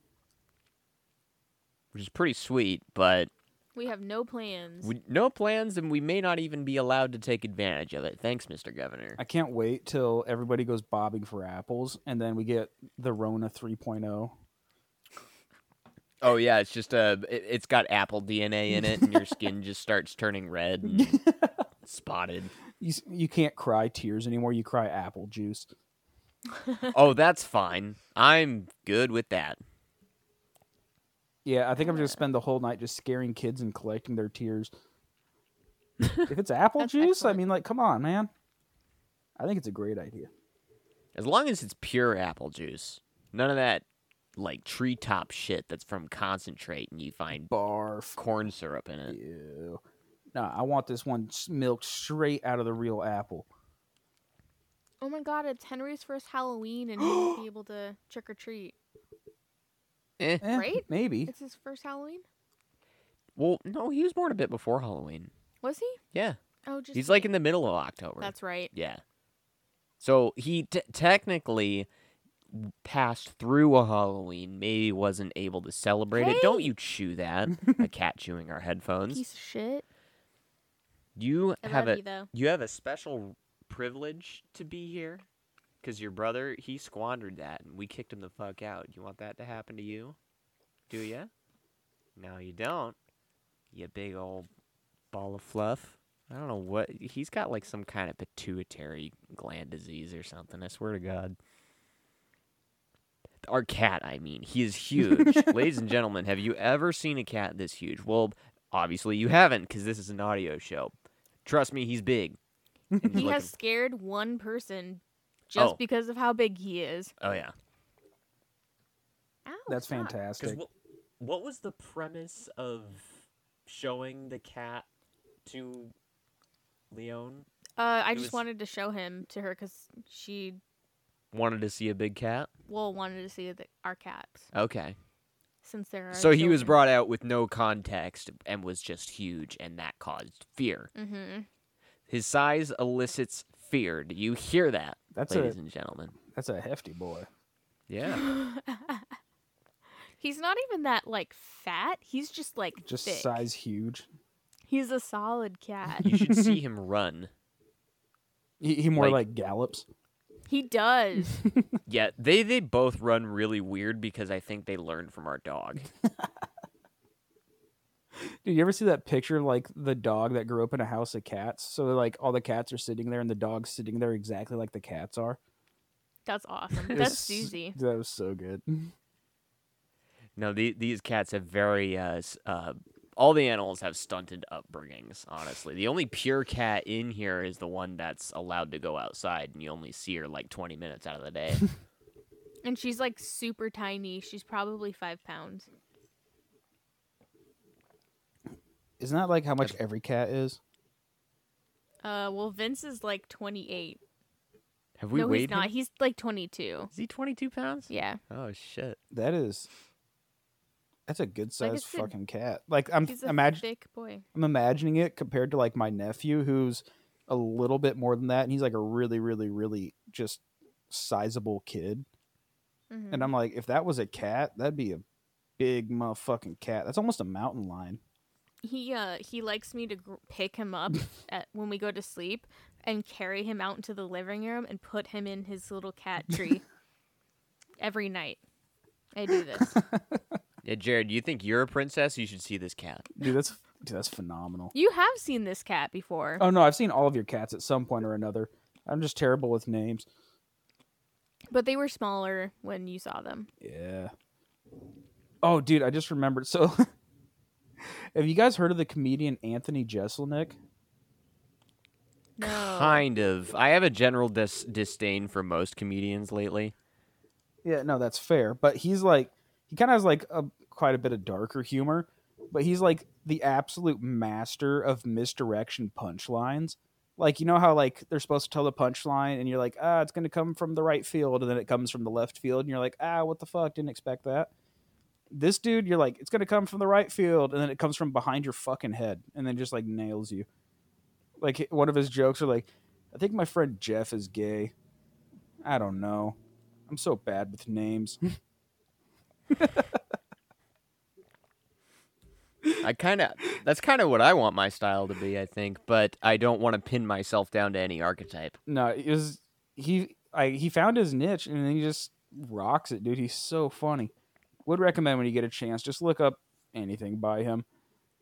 Speaker 5: Which is pretty sweet, but
Speaker 7: we have no plans.
Speaker 5: we, no plans and we may not even be allowed to take advantage of it. Thanks, Mr. Governor.
Speaker 6: I can't wait till everybody goes bobbing for apples, and then we get the Rona 3.0.
Speaker 5: Oh yeah, it's just uh it, it's got apple DNA in it and your
Speaker 6: (laughs)
Speaker 5: skin just starts turning red and spotted.
Speaker 6: You, s- you can't cry tears anymore. You cry apple juice.
Speaker 5: Oh, that's fine. I'm good with that.
Speaker 6: Yeah, I think I'm just gonna spend the whole night just scaring kids and collecting their tears.
Speaker 7: (laughs)
Speaker 6: if it's apple
Speaker 7: That's
Speaker 6: juice, I
Speaker 7: excellent.
Speaker 6: mean, like, come on, man. I think it's a great idea.
Speaker 5: As long as it's pure apple juice. None of that like treetop shit that's from concentrate and you find
Speaker 6: Barf.
Speaker 5: corn syrup in it.
Speaker 6: Ew. Nah, I want this one s- milked straight out of the real apple.
Speaker 7: oh my god, it's Henry's first Halloween and he
Speaker 6: (gasps)
Speaker 7: won't be able to trick or treat.
Speaker 5: Eh.
Speaker 6: Eh,
Speaker 7: Right?
Speaker 6: Maybe.
Speaker 7: It's his first Halloween?
Speaker 5: Well, no, he was born a bit before Halloween.
Speaker 7: Was he?
Speaker 5: Yeah.
Speaker 7: Oh, just
Speaker 5: He's like
Speaker 7: me.
Speaker 5: in the middle of October.
Speaker 7: (laughs) That's right.
Speaker 5: Yeah. So he t- technically passed through a Halloween, maybe wasn't able to celebrate it. Don't you chew
Speaker 7: (laughs)
Speaker 5: that? a cat chewing our headphones.
Speaker 7: Piece of shit.
Speaker 5: you
Speaker 7: I
Speaker 5: have
Speaker 7: love
Speaker 5: a
Speaker 7: you though.
Speaker 5: you have a special privilege to be here cuz your brother, he squandered that and we kicked him the fuck out. You want that to happen to you? Do ya? No, you don't. You big old ball of fluff. I don't know what he's got like some kind of pituitary gland disease or something. I swear to God. Our cat, I mean, he is huge. Ladies and gentlemen, have you ever seen a cat this huge? Well, obviously you haven't because this is an audio show. Trust me, he's big. And he's
Speaker 7: He
Speaker 5: looking-
Speaker 7: has scared one person just
Speaker 5: Oh.
Speaker 7: because of how big he is.
Speaker 5: Oh yeah.
Speaker 7: Ow,
Speaker 6: That's
Speaker 7: fuck.
Speaker 6: fantastic.
Speaker 8: Because what, what was the premise of showing the cat to Leon?
Speaker 7: Uh, I
Speaker 8: It
Speaker 7: just
Speaker 8: was-
Speaker 7: wanted to show him to her because she
Speaker 5: Wanted to see a big cat.
Speaker 7: well wanted to see the, our cats
Speaker 5: Okay.
Speaker 7: since there are.
Speaker 5: So he was brought out with no context and was just huge, and that caused fear.
Speaker 7: Mm-hmm.
Speaker 5: His size elicits fear. Do you hear that,
Speaker 6: That's
Speaker 5: ladies
Speaker 6: a-
Speaker 5: and
Speaker 8: (laughs)
Speaker 5: gentlemen?
Speaker 6: That's a hefty boy.
Speaker 5: Yeah.
Speaker 7: He's not even that like fat. He's just like
Speaker 6: Just
Speaker 7: thick.
Speaker 6: size huge.
Speaker 7: He's a solid cat.
Speaker 5: you should see him run.
Speaker 6: He, he more
Speaker 5: Like-
Speaker 6: like, gallops.
Speaker 7: (laughs) he does.
Speaker 5: (laughs) Yeah, they they both run really weird because I think they learned from our dog.
Speaker 6: Dude, you ever see that picture of like the dog that grew up in a house of cats? So like all the cats are sitting there and the dog's sitting there exactly like the cats are.
Speaker 7: That's awesome.
Speaker 6: It was
Speaker 7: That's
Speaker 6: s-
Speaker 7: Susie.
Speaker 6: That was so good.
Speaker 5: No, the, these cats have very uh, s- uh all the animals have stunted upbringings, honestly. The only pure cat in here is the one that's allowed to go outside and you only see her like 20 minutes out of the day.
Speaker 7: And she's like super tiny. She's probably five pounds.
Speaker 6: Isn't that like how much every cat is?
Speaker 7: Uh, well, Vince is like 28.
Speaker 5: Have we
Speaker 7: no,
Speaker 5: weighed
Speaker 7: he's not.
Speaker 5: him?
Speaker 7: He's like 22.
Speaker 5: Is he 22 pounds?
Speaker 7: Yeah.
Speaker 5: Oh shit.
Speaker 6: That is. That's a good
Speaker 7: Like,
Speaker 6: sized
Speaker 7: it's a-
Speaker 6: fucking cat. Like I'm
Speaker 7: He's a
Speaker 6: imagine
Speaker 7: thick boy.
Speaker 6: I'm imagining it compared to like my nephew who's a little bit more than that and he's like a really really really just sizable kid.
Speaker 7: Mhm.
Speaker 6: And I'm like if that was a cat, that'd be a big motherfucking cat. That's almost a mountain lion.
Speaker 7: He uh he likes me to gr- pick him up at, when we go to sleep and carry him out into the living room and put him in his little cat tree every night. I do this.
Speaker 5: Yeah, Jared, you think you're a princess? You should see this cat.
Speaker 6: Dude, that's dude, that's phenomenal.
Speaker 7: You have seen this cat before.
Speaker 6: Oh no, I've seen all of your cats at some point or another. I'm just terrible with names.
Speaker 7: But they were smaller when you saw them.
Speaker 6: Yeah. Oh, dude, I just remembered. So, (laughs) have you guys heard of the comedian Anthony Jeselnik?
Speaker 7: No.
Speaker 5: Kind of. I have a general dis- disdain for most comedians lately.
Speaker 6: Yeah, no, that's fair. But he's like, he kind of has like a quite a bit of darker humor, but he's like the absolute master of misdirection punchlines. Like you know how like they're supposed to tell the punchline, and you're like, ah, it's gonna come from the right field, and then it comes from the left field, and you're like, ah, what the fuck, didn't expect that. This dude, you're like, it's gonna come from the right field, and then it comes from behind your fucking head, and then just like nails you. Like one of his jokes are like, I think my friend Jeff is gay. I don't know. I'm so bad with names.
Speaker 5: I kind of that's kind of what I want my style to be, I think, but I don't want to pin myself down to any archetype.
Speaker 6: no, it was he. I he found his niche and then he just rocks it, dude. He's so funny. Would recommend when you get a chance, just look up anything by him.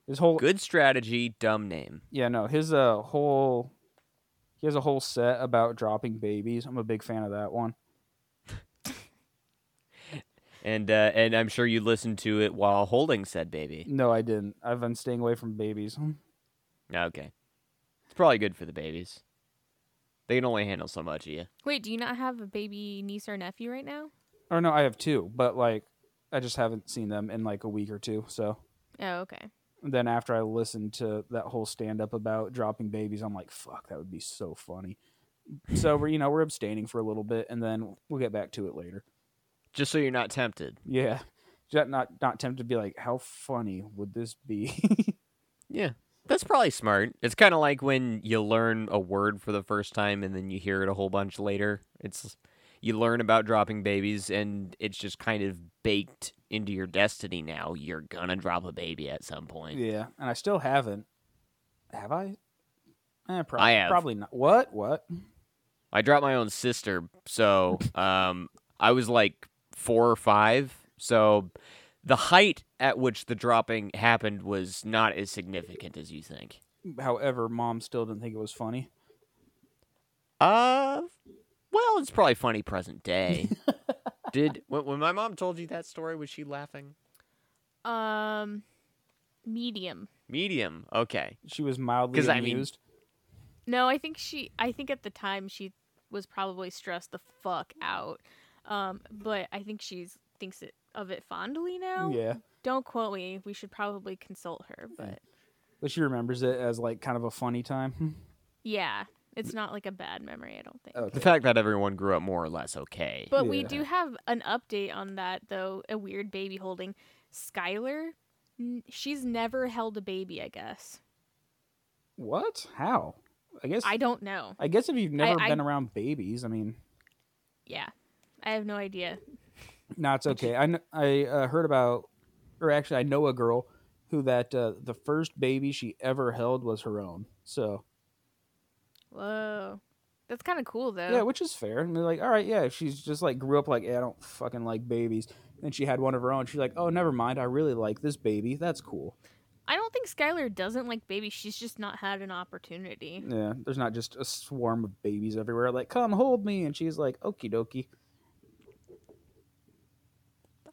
Speaker 6: His whole
Speaker 5: Good strategy, dumb name.
Speaker 6: yeah, no, his uh whole he has a whole set about dropping babies. I'm a big fan of that one.
Speaker 5: And uh, and I'm sure you listened to it while holding said baby.
Speaker 6: No, I didn't. I've been staying away from babies.
Speaker 5: Okay. It's probably good for the babies. They can only handle so much of you.
Speaker 7: Wait, do you not have a baby niece or nephew right now?
Speaker 6: Or no, I have two, but like I just haven't seen them in like a week or two. So
Speaker 7: Oh, okay.
Speaker 6: then after I listened to that whole stand up about dropping babies, I'm like, fuck, that would be so funny. So we're you know we're abstaining for a little bit, and then we'll get back to it later.
Speaker 5: Just so you're not tempted.
Speaker 6: Yeah, Ju- not not tempted to be like, how funny would this be? (laughs)
Speaker 5: Yeah. That's probably smart. It's kind of like when you learn a word for the first time and then you hear it a whole bunch later. It's you learn about dropping babies and it's just kind of baked into your destiny now. You're gonna drop a baby at some point.
Speaker 6: yeah, and I still haven't. Have I? Eh, prob-
Speaker 5: I have.
Speaker 6: Probably not. What? What?
Speaker 5: I dropped my own sister, so um I was like 4 or 5. So the height at which the dropping happened was not as significant as you think.
Speaker 6: However, mom still didn't think it was funny.
Speaker 5: Uh, well, it's probably funny present day. Did when, when my mom told you that story, was she laughing?
Speaker 7: Um, medium.
Speaker 5: Medium. Okay.
Speaker 6: She was mildly
Speaker 5: 'Cause I mean-
Speaker 6: amused.
Speaker 7: No, I think she. I think at the time she was probably stressed the fuck out. Um, but I think she's thinks it, of it fondly now.
Speaker 6: Yeah. Mm.
Speaker 7: Don't quote me. We should probably consult her, but
Speaker 6: But she remembers it as like kind of a funny time. Hmm.
Speaker 7: yeah, it's not like a bad memory, I don't think.
Speaker 6: Oh,
Speaker 5: The fact that everyone grew up more or less okay.
Speaker 7: But we do have an update on that though. A weird baby holding. Skylar, n- she's never held a baby. I guess.
Speaker 6: What? How? I guess
Speaker 7: I
Speaker 6: I,
Speaker 7: don't know.
Speaker 6: guess if you've never
Speaker 7: I-
Speaker 6: been around babies, I mean,
Speaker 7: Yeah, I have no idea.
Speaker 6: no, it's okay. I kn- I uh, heard about, or actually, I know a girl who that uh, the first baby she ever held was her own. So
Speaker 7: Whoa, that's kind of cool though.
Speaker 6: yeah, which is fair. And they're like, all right, yeah, if she's just like grew up like, "Yeah, I don't fucking like babies. Then she had one of her own. She's like, oh, never mind. I really like this baby. That's cool.
Speaker 7: I don't think Skylar doesn't like babies. She's just not had an opportunity.
Speaker 6: Yeah, there's not just a swarm of babies everywhere. Like, come hold me, and she's like, okie dokie.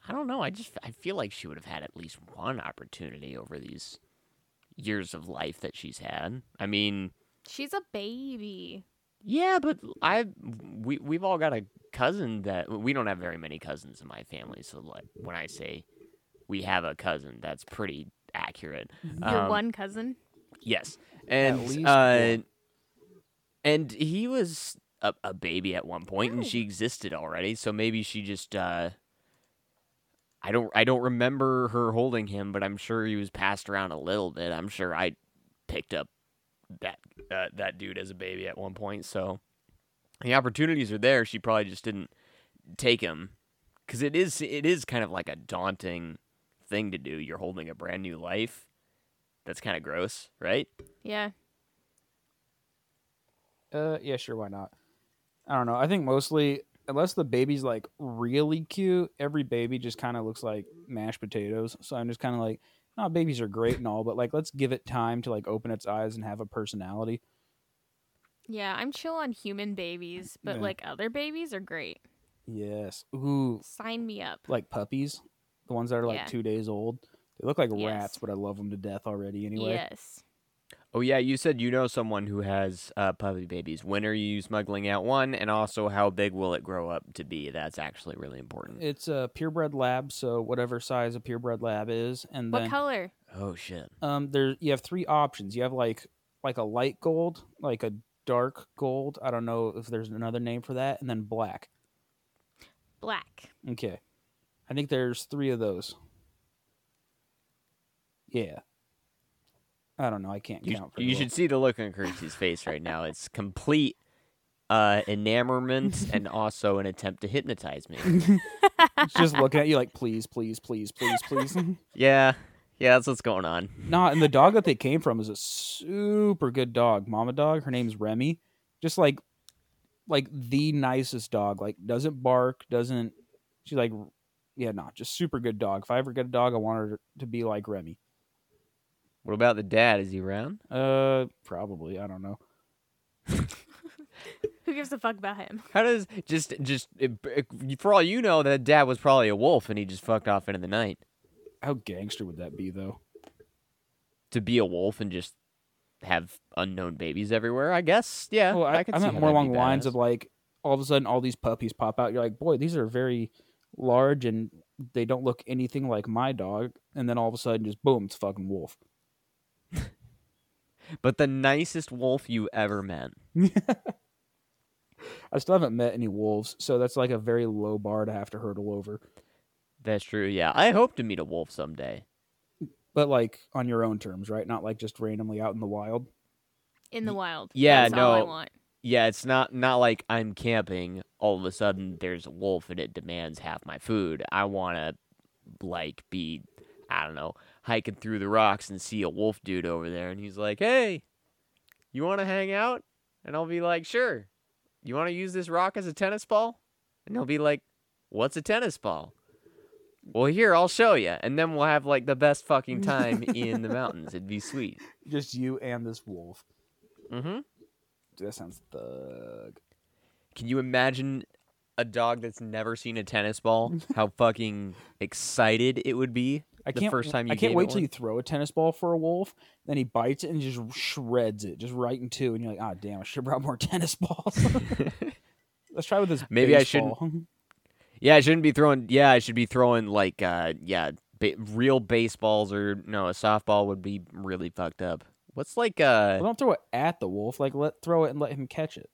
Speaker 5: I don't know. I just I feel like she would have had at least one opportunity over these years of life that she's had. I mean,
Speaker 7: She's a baby.
Speaker 5: yeah, but I we we've all got a cousin that we don't have very many cousins in my family. So like when I say we have a cousin, that's pretty accurate.
Speaker 7: Your
Speaker 5: Um,
Speaker 7: one cousin.
Speaker 5: Yes, and
Speaker 6: least
Speaker 5: uh, and he was a, a baby at one point, and she existed already. So maybe she just uh, I don't I don't remember her holding him, but I'm sure he was passed around a little bit. I'm sure I picked up that uh, that dude as a baby at one point. So the opportunities are there. She probably just didn't take him because it is it is kind of like a daunting thing to do. You're holding a brand new life. That's kind of gross, right?
Speaker 7: Yeah.
Speaker 6: Uh, yeah, sure, why not? I don't know. I think mostly, unless the baby's like really cute, every baby just kind of looks like mashed potatoes. So I'm just kind of like, no, babies are great and all, but like, let's give it time to like open its eyes and have a personality.
Speaker 7: Yeah, I'm chill on human babies, but
Speaker 6: Yeah.
Speaker 7: like other babies are great.
Speaker 6: Yes. Ooh,
Speaker 7: Sign me up.
Speaker 6: like puppies, the ones that are like
Speaker 7: Yeah.
Speaker 6: two days old. They look like
Speaker 7: Yes.
Speaker 6: rats, but I love them to death already anyway.
Speaker 7: Yes.
Speaker 5: Oh yeah, you said you know someone who has uh, puppy babies. When are you smuggling out one, and also how big will it grow up to be? That's actually really important.
Speaker 6: It's a purebred lab, so whatever size a purebred lab is, and
Speaker 7: What
Speaker 6: then
Speaker 7: color?
Speaker 5: oh shit!
Speaker 6: um there you have three options you have like like a light gold like a dark gold i don't know if there's another name for that and then black
Speaker 7: Black.
Speaker 6: okay i think there's three of those yeah i don't know i can't
Speaker 5: You,
Speaker 6: count very
Speaker 5: you
Speaker 6: well.
Speaker 5: should see the look on Kirsty's face right now. It's complete uh, (laughs) enamorment and also an attempt to hypnotize (laughs) me.
Speaker 6: It's (laughs) just looking at you like please please please please please
Speaker 5: (laughs) yeah, yeah, that's what's going on.
Speaker 6: Nah, and the dog that they came from is a super good dog. Mama dog. Her name's Remy. Just like, like the nicest dog. Like doesn't bark. Doesn't. She's like, yeah, not nah, just super good dog. If I ever get a dog, I want her to be like Remy.
Speaker 5: What about the dad? Is he around?
Speaker 6: Uh, probably. I don't know.
Speaker 7: Who gives a fuck about him?
Speaker 5: How does just just eh, for all you know, that dad was probably a wolf and he just fucked off into the night.
Speaker 6: How gangster would that be though?
Speaker 5: to be a wolf and just have unknown babies everywhere. I guess. Yeah.
Speaker 6: Well, I,
Speaker 5: could
Speaker 6: I
Speaker 5: see
Speaker 6: meant
Speaker 5: how
Speaker 6: more
Speaker 5: that'd be
Speaker 6: along the lines
Speaker 5: badass.
Speaker 6: of like all of a sudden all these puppies pop out. You're like, boy, these are very large and they don't look anything like my dog. And then all of a sudden, just boom, it's a fucking wolf.
Speaker 5: But the nicest wolf you ever met.
Speaker 6: I still haven't met any wolves, so that's like a very low bar to have to hurdle over.
Speaker 5: That's true. Yeah. I hope to meet a wolf someday.
Speaker 6: But like on your own terms, right? Not like just randomly out in the wild.
Speaker 7: In the wild.
Speaker 5: yeah,
Speaker 7: That's All I
Speaker 5: no.
Speaker 7: want.
Speaker 5: Yeah, it's not not like I'm camping. All of a sudden, there's a wolf and it demands half my food. I want to, like, be, I don't know, hiking through the rocks and see a wolf dude over there, and he's like, "Hey, you want to hang out?" And I'll be like, "Sure." You want to use this rock as a tennis ball? And he'll be like, "What's a tennis ball?" Well, here I'll show you, and then we'll have like the best fucking time in the mountains. It'd be sweet.
Speaker 6: Just you and this wolf.
Speaker 5: Mm-hmm.
Speaker 6: Dude, that sounds thug.
Speaker 5: Can you imagine a dog that's never seen a tennis
Speaker 6: (laughs)
Speaker 5: ball? How fucking excited it would be
Speaker 6: I
Speaker 5: the
Speaker 6: can't.
Speaker 5: first time you
Speaker 6: I can't
Speaker 5: gave
Speaker 6: wait
Speaker 5: it
Speaker 6: till
Speaker 5: one.
Speaker 6: you throw a tennis ball for a wolf, then he
Speaker 5: (laughs)
Speaker 6: bites (laughs) it and just shreds it, just right in two, and you're like, ah, damn, I should have brought more tennis balls. Let's try with this.
Speaker 5: Maybe I shouldn't-
Speaker 6: baseball. (laughs)
Speaker 5: Yeah, I shouldn't be throwing. Yeah, I should be throwing like uh yeah, ba- real baseballs or no, a softball would be really fucked up. What's like uh
Speaker 6: Well, don't throw it at the wolf. Like let throw it and let him catch it.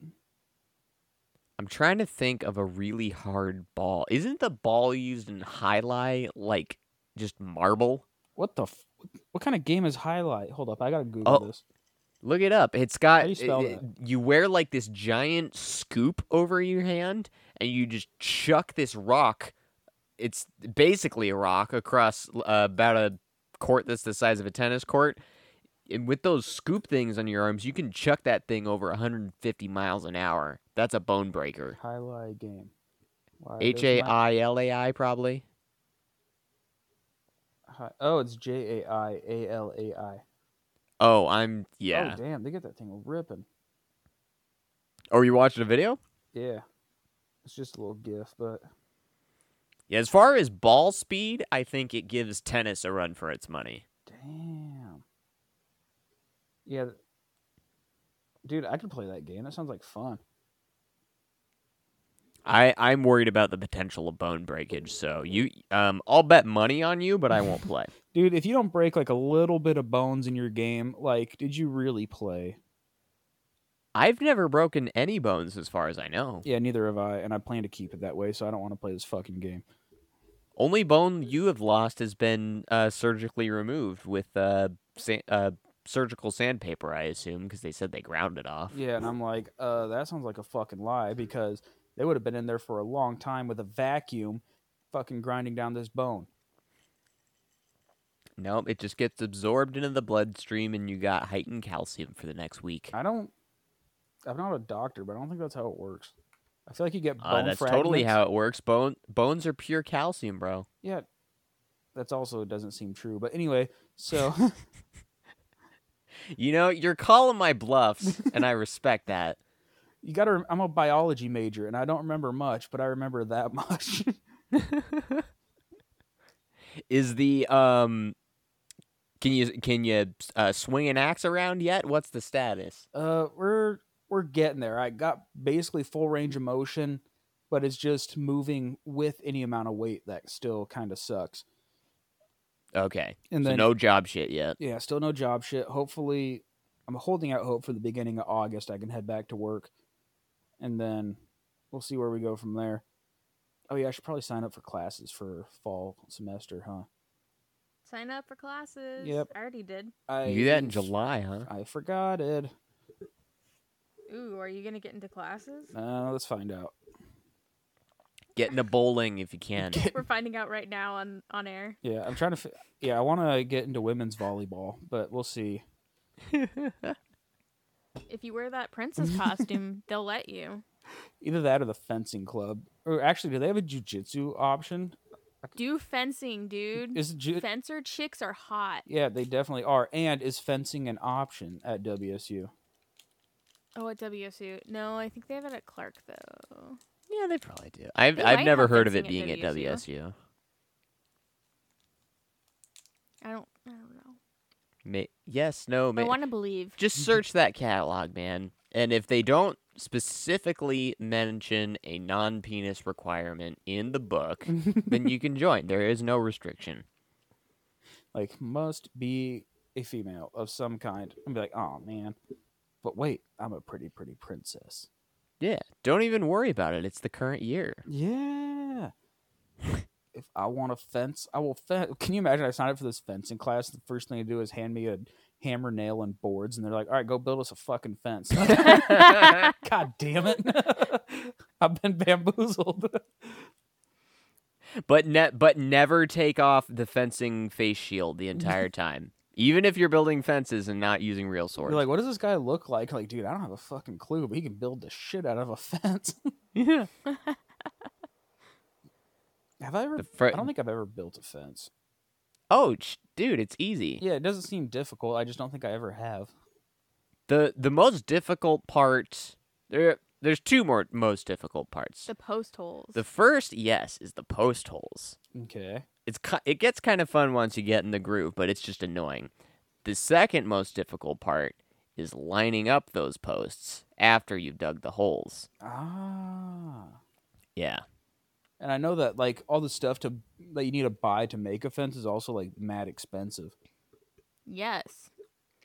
Speaker 5: I'm trying to think of a really hard ball. Isn't the ball used in highlight like just marble?
Speaker 6: What the? F- what kind of game is highlight? Hold up, I gotta Google
Speaker 5: Oh.
Speaker 6: this.
Speaker 5: Look it up. It's got
Speaker 6: do you spell
Speaker 5: it- it- you wear like this giant scoop over your hand and you just chuck this rock. It's basically a rock across uh, about a court that's the size of a tennis court. And with those scoop things on your arms, you can chuck that thing over 150 miles an hour. That's a bone breaker.
Speaker 6: Highlight game. Why,
Speaker 5: H
Speaker 6: there's
Speaker 5: A
Speaker 6: my-
Speaker 5: I L A I probably.
Speaker 6: hi- Oh, it's J A I A L A I.
Speaker 5: Oh, I'm yeah.
Speaker 6: Oh, damn, they get that thing ripping.
Speaker 5: Oh, you watching a video?
Speaker 6: Yeah. It's just a little gif, but
Speaker 5: Yeah, as far as ball speed, I think it gives tennis a run for its money.
Speaker 6: damn. Yeah. th- Dude, I could play that game. That sounds like fun.
Speaker 5: I I'm worried about the potential of bone breakage. So you um I'll bet money on you, but I
Speaker 6: (laughs)
Speaker 5: won't play.
Speaker 6: Dude, if you don't break like a little bit of bones in your game, like, did you really play?
Speaker 5: I've never broken any bones as far as I know.
Speaker 6: Yeah, neither have I, and I plan to keep it that way, so I don't want to play this fucking game.
Speaker 5: Only bone you have lost has been uh, surgically removed with uh, sa- uh surgical sandpaper, I assume, because they said they ground it off.
Speaker 6: Yeah, and I'm like, uh, that sounds like a fucking lie because they would have been in there for a long time with a vacuum fucking grinding down this bone.
Speaker 5: Nope, it just gets absorbed into the bloodstream, and you got heightened calcium for the next week.
Speaker 6: I don't. I'm not a doctor, but I don't think that's how it works. I feel like you get bone
Speaker 5: Uh, that's totally
Speaker 6: fragments-
Speaker 5: how it works. Bone bones are pure calcium, bro.
Speaker 6: Yeah, that's also doesn't seem true. But anyway, so (laughs)
Speaker 5: You know, you're calling my bluffs,
Speaker 6: (laughs)
Speaker 5: and I respect that.
Speaker 6: you got to. Rem- I'm a biology major, and I don't remember much, but I remember that (laughs) much.
Speaker 5: Is the um, can you can you uh, swing an axe around yet? What's the status?
Speaker 6: uh, we're we're getting there. I got basically full range of motion, but it's just moving with any amount of weight that still kind of sucks.
Speaker 5: Okay,
Speaker 6: And
Speaker 5: so
Speaker 6: then
Speaker 5: no job shit yet.
Speaker 6: yeah, still no job shit. Hopefully, I'm holding out hope for the beginning of August. I can head back to work, and then we'll see where we go from there. Oh yeah, I should probably sign up for classes for fall semester, huh?
Speaker 7: Sign up for classes.
Speaker 6: Yep.
Speaker 7: I already did.
Speaker 6: I
Speaker 5: You do that in July, huh?
Speaker 6: I forgot it.
Speaker 7: Ooh, are you gonna get into classes?
Speaker 6: Uh, let's find out.
Speaker 5: Get into bowling if you can.
Speaker 7: We're finding out right now on on air.
Speaker 6: Yeah, I'm trying to. Fi- yeah, I want to get into women's volleyball, but we'll see.
Speaker 7: If you wear that
Speaker 6: (laughs)
Speaker 7: princess costume, they'll let you.
Speaker 6: Either that or the fencing club. Or actually, do they have a jujitsu option?
Speaker 7: Do fencing, dude.
Speaker 6: Is ju-
Speaker 7: Fencer chicks are hot.
Speaker 6: yeah, they definitely are. And is fencing an option at WSU?
Speaker 7: Oh, at WSU. No, I think they have it at Clark though.
Speaker 5: (laughs) yeah, they probably do. I've
Speaker 7: They
Speaker 5: I've
Speaker 7: might
Speaker 5: never
Speaker 7: have
Speaker 5: heard of it
Speaker 7: fencing
Speaker 5: being
Speaker 7: at
Speaker 5: at
Speaker 7: WSU.
Speaker 5: WSU.
Speaker 7: I don't. I don't know.
Speaker 5: May- yes, no,
Speaker 7: I
Speaker 5: ma-
Speaker 7: want to believe.
Speaker 5: (laughs) just search that catalog, man. And if they don't specifically mention a non penis requirement in the (laughs) book, then you can join. There is no restriction.
Speaker 6: Like, must be a female of some kind. And be like, oh man. But wait, I'm a pretty, pretty princess.
Speaker 5: Yeah. Don't even worry about it. It's the current year.
Speaker 6: Yeah. if I want to fence, I will fence. Can you imagine? I signed up for this fencing class. The first thing they do is hand me a hammer, nail, and boards, and they're like, "All right, go build us a fucking fence." God damn it! (laughs) I've been bamboozled.
Speaker 5: But ne- but never take off the fencing face shield the
Speaker 6: (laughs)
Speaker 5: entire time. Even if you're building fences and not using real swords.
Speaker 6: You're like, what does this guy look like? Like, dude, I don't have a fucking clue, but he can build the shit out of a fence.
Speaker 5: yeah.
Speaker 6: have I ever?
Speaker 5: The fir-
Speaker 6: I don't think I've ever built a fence.
Speaker 5: Oh, sh- dude, it's easy.
Speaker 6: Yeah, it doesn't seem difficult. I just don't think I ever have.
Speaker 5: The the most difficult part there there's two more most difficult parts.
Speaker 7: the post holes.
Speaker 5: The first, yes, is the post holes.
Speaker 6: Okay.
Speaker 5: It's ki- it gets kind of fun once you get in the groove, but it's just annoying. The second most difficult part is lining up those posts after you've dug the holes.
Speaker 6: Ah.
Speaker 5: Yeah.
Speaker 6: And I know that like all the stuff to that you need to buy to make a fence is also like mad expensive.
Speaker 7: Yes.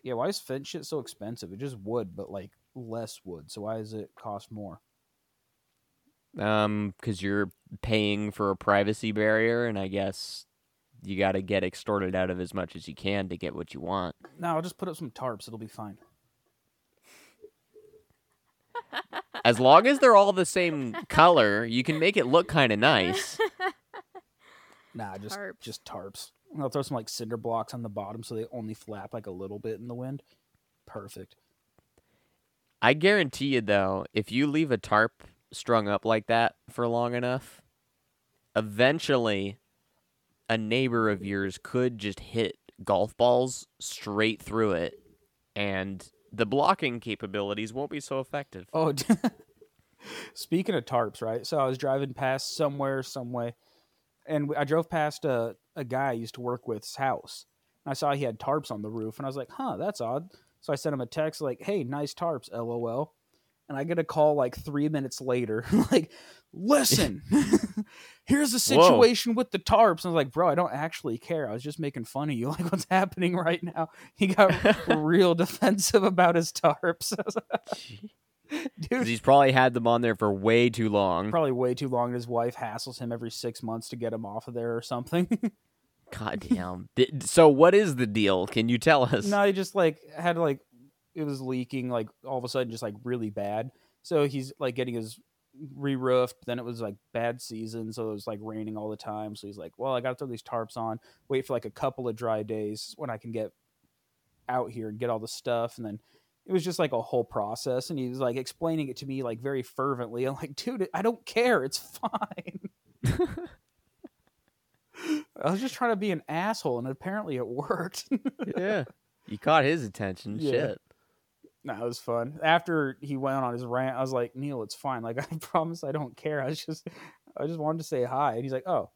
Speaker 6: Yeah, why is fence shit so expensive? It's just wood, but like less wood. So why does it cost more?
Speaker 5: Um, because you're paying for a privacy barrier, and I guess you got to get extorted out of as much as you can to get what you want.
Speaker 6: No, I'll just put up some tarps. It'll be fine.
Speaker 5: As long as they're all the same color, you can make it look kind of nice.
Speaker 6: Nah, just
Speaker 7: Tarps.
Speaker 6: just tarps. And I'll throw some like cinder blocks on the bottom so they only flap like a little bit in the wind. Perfect.
Speaker 5: I guarantee you, though, if you leave a tarp strung up like that for long enough, eventually a neighbor of yours could just hit golf balls straight through it, and the blocking capabilities won't be so effective.
Speaker 6: Oh, d- (laughs) speaking of tarps, right? So I was driving past somewhere, some way, and I drove past a, a guy I used to work with's house. And I saw he had tarps on the roof, and I was like, huh, that's odd. So I sent him a text like, hey, nice tarps, lol. And I get a call like three minutes later, (laughs) like, listen, (laughs) here's the
Speaker 5: Whoa.
Speaker 6: situation with the tarps. And I was like, bro, I don't actually care. I was just making fun of you. (laughs) Like, what's happening right now? He got real defensive about his tarps. (laughs) I was like, Dude,
Speaker 5: 'Cause he's probably had them on there for way too long.
Speaker 6: probably way too long. and His wife hassles him every six months to get him off of there or something. (laughs)
Speaker 5: God damn. Di- so what is the deal? Can you tell us?
Speaker 6: no, he just like had like it was leaking like all of a sudden just like really bad. So he's like getting his re-roofed. Then it was like bad season, so it was like raining all the time. So he's like, well, I got to throw these tarps on. Wait for like a couple of dry days when I can get out here and get all the stuff, and then. It was just like a whole process, and he was like explaining it to me like very fervently. I'm like, dude, I don't care. It's fine. (laughs) I was just trying to be an asshole, and apparently it worked. (laughs)
Speaker 5: yeah. You caught his attention.
Speaker 6: Yeah.
Speaker 5: Shit.
Speaker 6: no, it was fun. After he went on his rant, I was like, Neil, it's fine. Like (laughs) I promise, I don't care. I was just, I just wanted to say hi, and he's like, oh,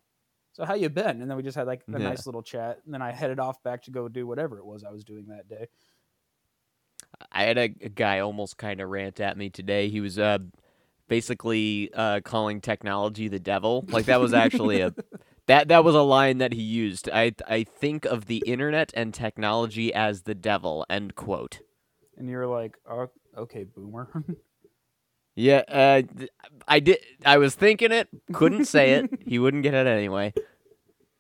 Speaker 6: so how you been? And then we just had like a
Speaker 5: Yeah.
Speaker 6: nice little chat, and then I headed off back to go do whatever it was I was doing that day.
Speaker 5: I had a, a guy almost kind of rant at me today. He was uh, basically uh, calling technology the devil. Like that was actually
Speaker 6: (laughs)
Speaker 5: a that that was a line that he used. I I think of the internet and technology as the devil. End quote.
Speaker 6: And you were like, oh, okay, boomer. (laughs)
Speaker 5: Yeah, uh, th- I did. I was thinking it, couldn't say
Speaker 6: (laughs)
Speaker 5: it. He wouldn't get it anyway.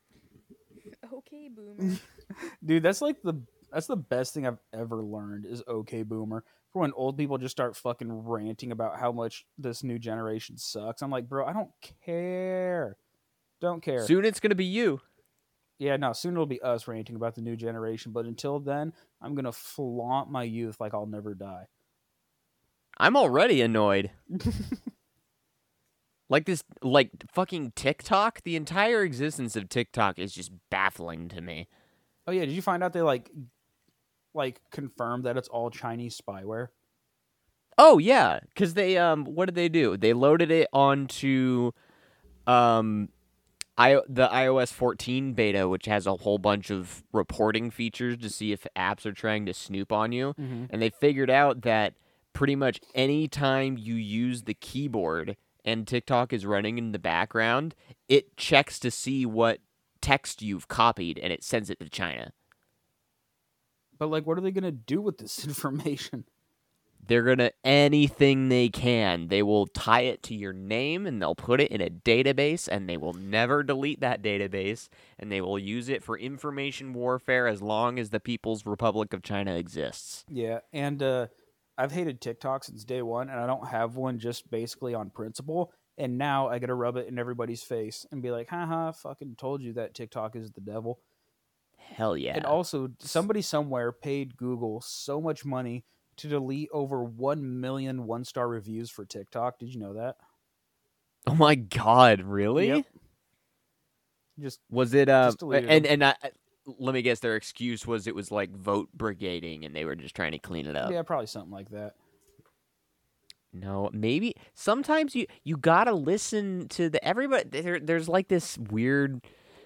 Speaker 7: (laughs) Okay, boomer.
Speaker 6: Dude, that's like the that's the best thing I've ever learned is okay boomer. For when old people just start fucking ranting about how much this new generation sucks. I'm like, bro, I don't care. Don't care.
Speaker 5: Soon it's gonna be you.
Speaker 6: yeah, no, soon it'll be us ranting about the new generation, but until then, I'm gonna flaunt my youth like I'll never die.
Speaker 5: I'm already annoyed. like this, like fucking TikTok. The entire existence of TikTok is just baffling to me.
Speaker 6: Oh yeah, did you find out they like like confirmed that it's all Chinese spyware?
Speaker 5: Oh yeah, because they um, what did they do? They loaded it onto, um, I the iOS 14 beta, which has a whole bunch of reporting features to see if apps are trying to snoop on you, and they figured out that pretty much any time you use the keyboard and TikTok is running in the background, it checks to see what text you've copied and it sends it to China.
Speaker 6: But like what are they gonna do with this (laughs) information?
Speaker 5: they're gonna anything they can they will tie it to your name and they'll put it in a database and they will never delete that database and they will use it for information warfare as long as the people's republic of china exists
Speaker 6: Yeah, and uh, I've hated TikTok since day one, and I don't have one just basically on principle. And now I gotta rub it in everybody's face and be like, haha, fucking told you that TikTok is the devil.
Speaker 5: hell yeah
Speaker 6: And also, somebody somewhere paid Google so much money to delete over 1 million one star reviews for TikTok. Did you know that?
Speaker 5: oh my god really
Speaker 6: Yep. Just,
Speaker 5: was it uh
Speaker 6: Just deleted
Speaker 5: and and I, let me guess their excuse was it was like vote brigading and they were just trying to clean it up
Speaker 6: yeah, probably something like that.
Speaker 5: No, maybe sometimes you you gotta listen to the everybody. There, there's like this weird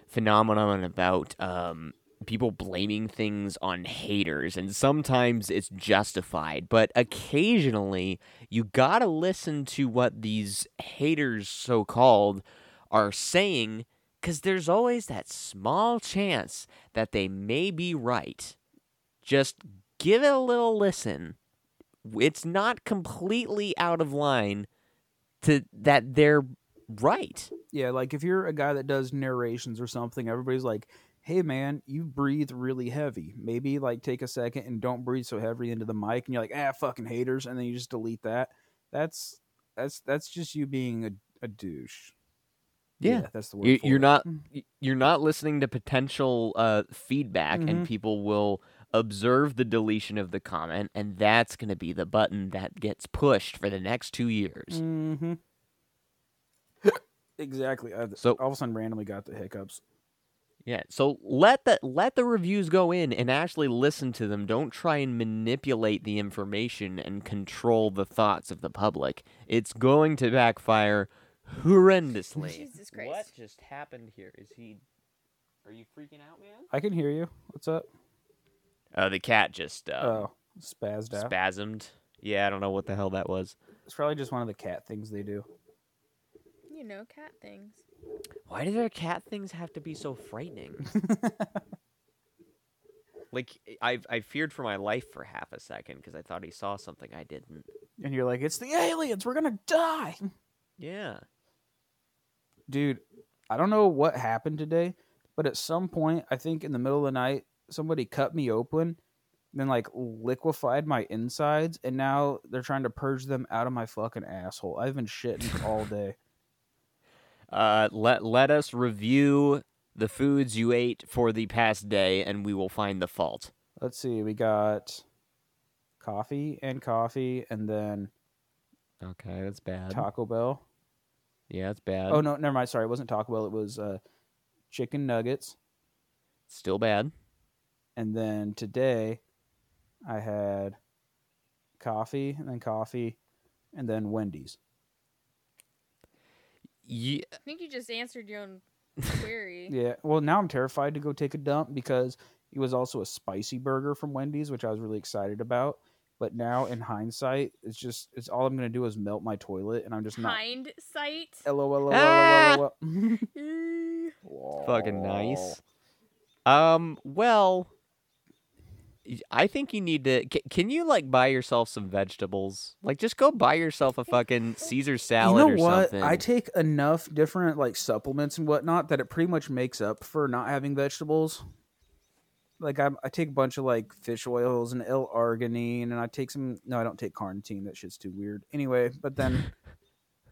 Speaker 5: phenomenon about um people blaming things on haters, and sometimes it's justified, but occasionally you gotta listen to what these haters, so called, are saying, because there's always that small chance that they may be right. Just give it a little listen. It's not completely out of line to that they're right.
Speaker 6: Yeah, like if you're a guy that does narrations or something, everybody's like, "Hey, man, you breathe really heavy. Maybe like take a second and don't breathe so heavy into the mic." And you're like, "Ah, fucking haters," and then you just delete that. That's that's that's just you being a, a douche. that's the word.
Speaker 5: you,
Speaker 6: for
Speaker 5: you're
Speaker 6: it. Mm.
Speaker 5: not y- you're not listening to potential uh, feedback
Speaker 6: Mm-hmm.
Speaker 5: and people will observe the deletion of the comment and that's going to be the button that gets pushed for the next two years
Speaker 6: Mm-hmm. (coughs) exactly. I,
Speaker 5: So-
Speaker 6: all of a sudden, randomly got the hiccups.
Speaker 5: yeah so let the let the reviews go in and actually listen to them don't try and manipulate the information and control the thoughts of the public it's going to backfire horrendously
Speaker 9: Jesus Christ.
Speaker 5: what just happened here is he are you freaking out man
Speaker 6: I can hear you. What's up?
Speaker 5: oh the cat just uh,
Speaker 6: Oh, spazzed out.
Speaker 5: spasmed. Yeah, I don't know what the hell that was.
Speaker 6: it's probably just one of the cat things they do.
Speaker 9: You know, cat things.
Speaker 5: Why do their cat things have to be so frightening? like I I feared for my life for half a second because I thought he saw something I didn't.
Speaker 6: And you're like, "It's the aliens. We're gonna die."
Speaker 5: Yeah.
Speaker 6: dude, I don't know what happened today, but at some point, I think in the middle of the night, somebody cut me open, then like liquefied my insides, and now they're trying to purge them out of my fucking asshole. I've been shitting all day.
Speaker 5: Uh, let let us review the foods you ate for the past day, and we will find the fault.
Speaker 6: Let's see, we got coffee and coffee, and then
Speaker 5: Okay, that's bad.
Speaker 6: Taco Bell.
Speaker 5: yeah, that's bad.
Speaker 6: Oh no, never mind. Sorry, it wasn't Taco Bell. It was uh, chicken nuggets,
Speaker 5: Still bad.
Speaker 6: and then today, I had coffee, and then coffee, and then Wendy's.
Speaker 5: Ye-
Speaker 9: I think you just answered your own query.
Speaker 6: Yeah. Well, now I'm terrified to go take a dump because it was also a spicy burger from Wendy's, which I was really excited about. But now, in hindsight, it's just it's all I'm gonna do is melt my toilet, and I'm just not. Oh.
Speaker 9: Hindsight.
Speaker 6: LOL.
Speaker 5: Ah!
Speaker 9: Mm.
Speaker 5: fucking nice. Um, well, y- I think you need to. c- Can you like buy yourself some vegetables? Like, just go buy yourself a fucking Caesar
Speaker 6: You
Speaker 5: salad
Speaker 6: know
Speaker 5: or
Speaker 6: what?
Speaker 5: something.
Speaker 6: I take enough different like supplements and whatnot that it pretty much makes up for not having vegetables. Like I'm, I take a bunch of like fish oils and L-arginine, and I take some. No, I don't take carnitine. That shit's too weird. Anyway,
Speaker 5: (laughs)
Speaker 6: but then,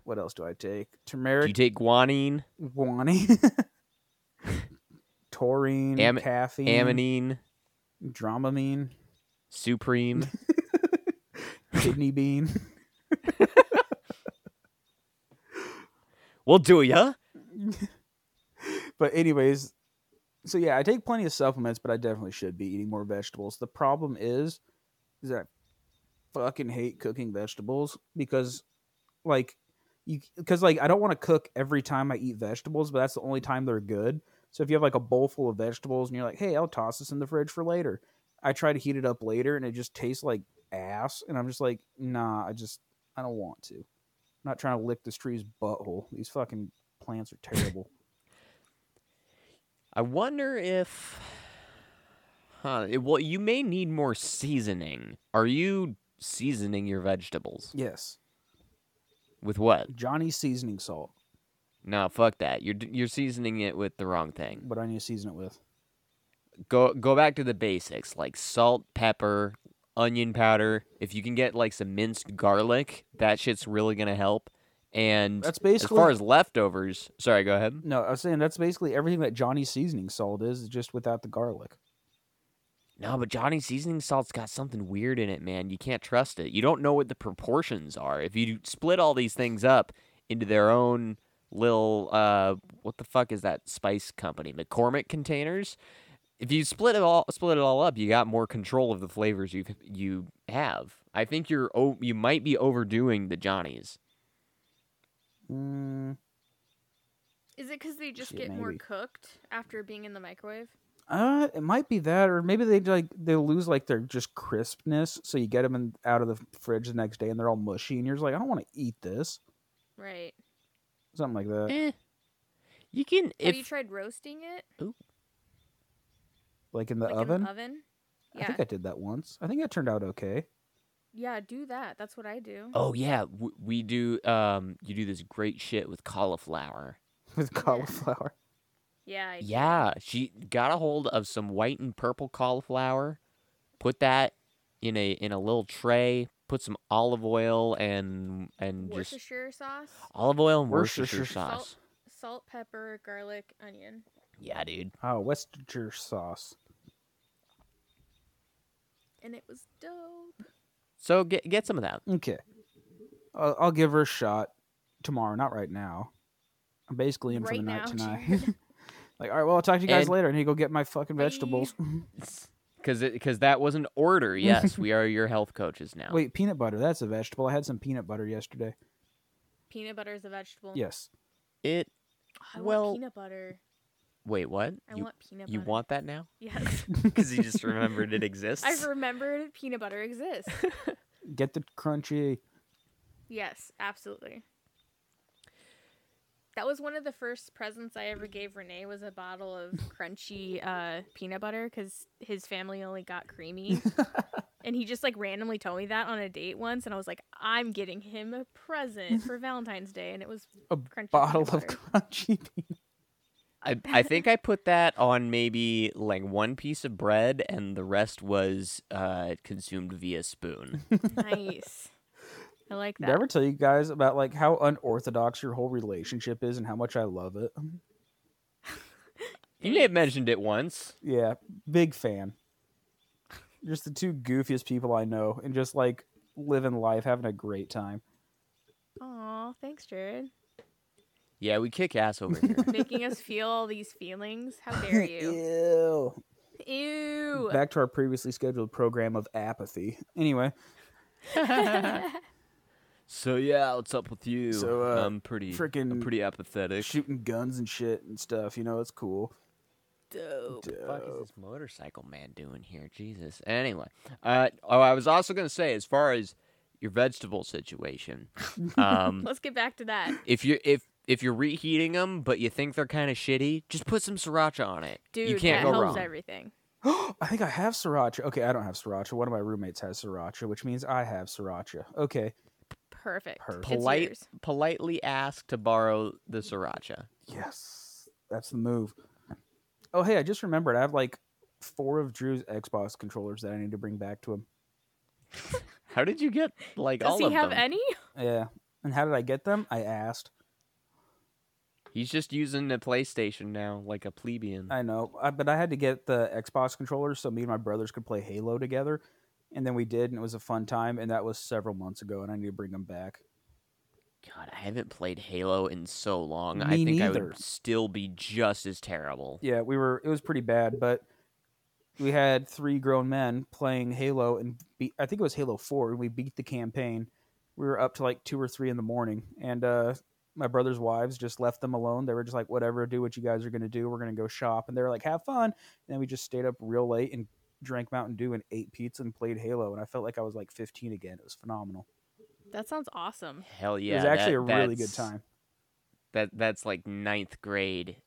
Speaker 6: what else do I take? Turmeric.
Speaker 5: Do you take guanine,
Speaker 6: Wani. (laughs) Taurine,
Speaker 5: Am-
Speaker 6: caffeine,
Speaker 5: ammonine,
Speaker 6: dramamine, (laughs)
Speaker 5: supreme?
Speaker 6: kidney bean.
Speaker 5: well, do ya?
Speaker 6: but anyways, so yeah, I take plenty of supplements, but I definitely should be eating more vegetables. The problem is, is that I fucking hate cooking vegetables because, like, you because like I don't want to cook every time I eat vegetables, but that's the only time they're good. So if you have like a bowl full of vegetables and you're like, hey, I'll toss this in the fridge for later, I try to heat it up later and it just tastes like ass, and I'm just like, nah, I just I don't want to. I'm not trying to lick this tree's butthole. These fucking plants are terrible.
Speaker 5: I wonder if. Huh. it- well, you may need more seasoning. Are you seasoning your vegetables
Speaker 6: yes.
Speaker 5: with what?
Speaker 6: Johnny seasoning salt.
Speaker 5: No, fuck that. You're d- you're seasoning it with the wrong thing.
Speaker 6: What do I need to season it with?
Speaker 5: go go back to the basics like salt, pepper, onion powder. If you can get like some minced garlic, that shit's really gonna help. And
Speaker 6: That's
Speaker 5: as far
Speaker 6: basically-
Speaker 5: as leftovers. Sorry, go ahead.
Speaker 6: No, I was saying that's basically everything that Johnny seasoning salt is, is just without the garlic.
Speaker 5: No, but Johnny seasoning salt's got something weird in it, man. You can't trust it. You don't know what the proportions are. If you split all these things up into their own little uh what the fuck is that spice company? McCormick containers. If you split it all split it all up, you got more control of the flavors you you have. I think you're o you might be overdoing the Johnnies.
Speaker 6: Mm,
Speaker 9: Is it because they just
Speaker 6: Shit,
Speaker 9: get more
Speaker 6: maybe.
Speaker 9: cooked after being in the microwave?
Speaker 6: Uh, it might be that, or maybe they like they lose like their just crispness. So you get them in, out of the fridge the next day, and they're all mushy, and you're just like, I don't want to eat this.
Speaker 7: Right.
Speaker 6: Something like that,
Speaker 5: Eh. You can
Speaker 7: Have you
Speaker 5: if
Speaker 7: tried roasting it?
Speaker 6: like in the
Speaker 7: like
Speaker 6: oven.
Speaker 7: In the oven?
Speaker 6: I
Speaker 7: Yeah.
Speaker 6: think I did that once. I think it turned out okay. (laughs)
Speaker 7: Yeah, do that. That's what I do.
Speaker 5: Oh yeah, w- we do. Um, you do this great shit with cauliflower.
Speaker 6: with cauliflower.
Speaker 7: Yeah. I do.
Speaker 5: Yeah, she got a hold of some white and purple cauliflower, put that in a in a little tray, put some olive oil and and just
Speaker 7: Worcestershire sauce,
Speaker 5: olive oil and Worcestershire,
Speaker 6: Worcestershire
Speaker 5: sauce.
Speaker 7: Salt. salt, pepper, garlic, onion.
Speaker 5: Yeah, dude.
Speaker 6: Oh, Worcestershire sauce.
Speaker 7: And it was dope.
Speaker 5: So get get some of that.
Speaker 6: Okay, I'll, I'll give her a shot tomorrow. Not right now. I'm basically in for
Speaker 7: Right
Speaker 6: the night
Speaker 7: now,
Speaker 6: tonight. (laughs) like, all right, well, I'll talk to you guys
Speaker 5: And-
Speaker 6: later. I need to go get my fucking
Speaker 7: Bye.
Speaker 6: vegetables.
Speaker 5: Cause, it, cause that was an order. Yes, (laughs) we are your health coaches now.
Speaker 6: (laughs) Wait, peanut butter. That's a vegetable. I had some peanut butter yesterday.
Speaker 7: Peanut butter is a vegetable.
Speaker 6: Yes.
Speaker 5: it.
Speaker 7: I
Speaker 5: well-
Speaker 7: want peanut butter.
Speaker 5: Wait, what?
Speaker 7: I
Speaker 5: you
Speaker 7: want peanut
Speaker 5: you
Speaker 7: butter.
Speaker 5: want that now?
Speaker 7: Yes.
Speaker 5: (laughs)
Speaker 7: (laughs)
Speaker 5: Cause you (laughs) just remembered it exists.
Speaker 7: I remembered peanut butter exists.
Speaker 5: (laughs)
Speaker 6: Get the crunchy.
Speaker 7: yes, absolutely. That was one of the first presents I ever gave Renee was a
Speaker 5: (laughs)
Speaker 7: bottle of crunchy uh, peanut butter because his family only
Speaker 5: (laughs)
Speaker 7: got creamy, and he just like randomly told me that on a date once, and I was like, I'm getting him a present
Speaker 5: (laughs)
Speaker 7: for Valentine's Day, and it was
Speaker 6: A
Speaker 7: Crunchy
Speaker 6: bottle
Speaker 7: peanut
Speaker 6: of
Speaker 7: butter.
Speaker 6: crunchy (laughs) peanut.
Speaker 5: I, I think I put that on maybe like one piece of bread and the rest was uh, consumed via (laughs) spoon.
Speaker 7: nice. I like
Speaker 6: Did I
Speaker 7: that.
Speaker 6: ever tell you guys about like how unorthodox your whole relationship is and how much I love it?
Speaker 5: you may have mentioned it once.
Speaker 6: Yeah, big fan. Just the two goofiest people I know, and just like living life, having a great time.
Speaker 7: Aw, thanks, Jared.
Speaker 5: Yeah, we kick ass over here.
Speaker 7: Making us feel all these feelings. How dare you?
Speaker 6: Ew.
Speaker 7: Ew.
Speaker 6: Back to our previously scheduled program of apathy. Anyway,
Speaker 5: (laughs) so yeah, what's up with you?
Speaker 6: So, uh,
Speaker 5: I'm pretty I'm
Speaker 6: frickin'
Speaker 5: pretty apathetic.
Speaker 6: shooting guns and shit and stuff. You know, it's cool. (gasps)
Speaker 5: Dope. What the fuck is this motorcycle man doing here? Jesus. Anyway, uh, oh, I was also gonna say as far as your vegetable (laughs) situation, um,
Speaker 7: Let's get back to that.
Speaker 5: if you if if you're reheating them but you think they're kind of shitty, just put some sriracha on it.
Speaker 7: Dude,
Speaker 5: you can't
Speaker 7: that
Speaker 5: go
Speaker 7: helps
Speaker 5: wrong.
Speaker 7: everything.
Speaker 6: I think I have sriracha. Okay, I don't have sriracha. One of my roommates has sriracha, which means I have sriracha. Okay.
Speaker 7: Perfect.
Speaker 6: Perfect.
Speaker 7: It's
Speaker 5: polite
Speaker 7: yours.
Speaker 5: politely ask to borrow the sriracha.
Speaker 6: Yes. That's the move. Oh, hey, I just remembered I have like four of Drew's Xbox controllers that I need to bring back to him.
Speaker 5: How did you get like
Speaker 7: Does
Speaker 5: all
Speaker 7: he
Speaker 5: of
Speaker 7: have
Speaker 5: them?
Speaker 7: any? (laughs)
Speaker 6: Yeah. And how did I get them? I asked.
Speaker 5: He's just using a PlayStation now, like a plebeian.
Speaker 6: I know, I, but I had to get the Xbox controller so me and my brothers could play Halo together, and then we did, and it was a fun time. And that was several months ago, and I need to bring them back.
Speaker 5: God, I haven't played Halo in so long. I
Speaker 6: Me
Speaker 5: think I
Speaker 6: neither.
Speaker 5: would still be just as terrible.
Speaker 6: Yeah, we were. It was pretty bad, but we had three grown men playing Halo, and be, I think it was Halo Four, and we beat the campaign. We were up to like two or three in the morning, and uh, my brothers' wives just left them alone. They were just like, "Whatever, do what you guys are gonna do. We're gonna go shop," and they were like, "Have fun." And then we just stayed up real late and drank Mountain Dew and ate pizza and played Halo, and I felt like I was like 15 again. It was phenomenal.
Speaker 7: That sounds awesome.
Speaker 5: Hell yeah.
Speaker 6: it was actually
Speaker 5: that-
Speaker 6: a really good
Speaker 5: that's-
Speaker 6: time.
Speaker 5: That that's like ninth grade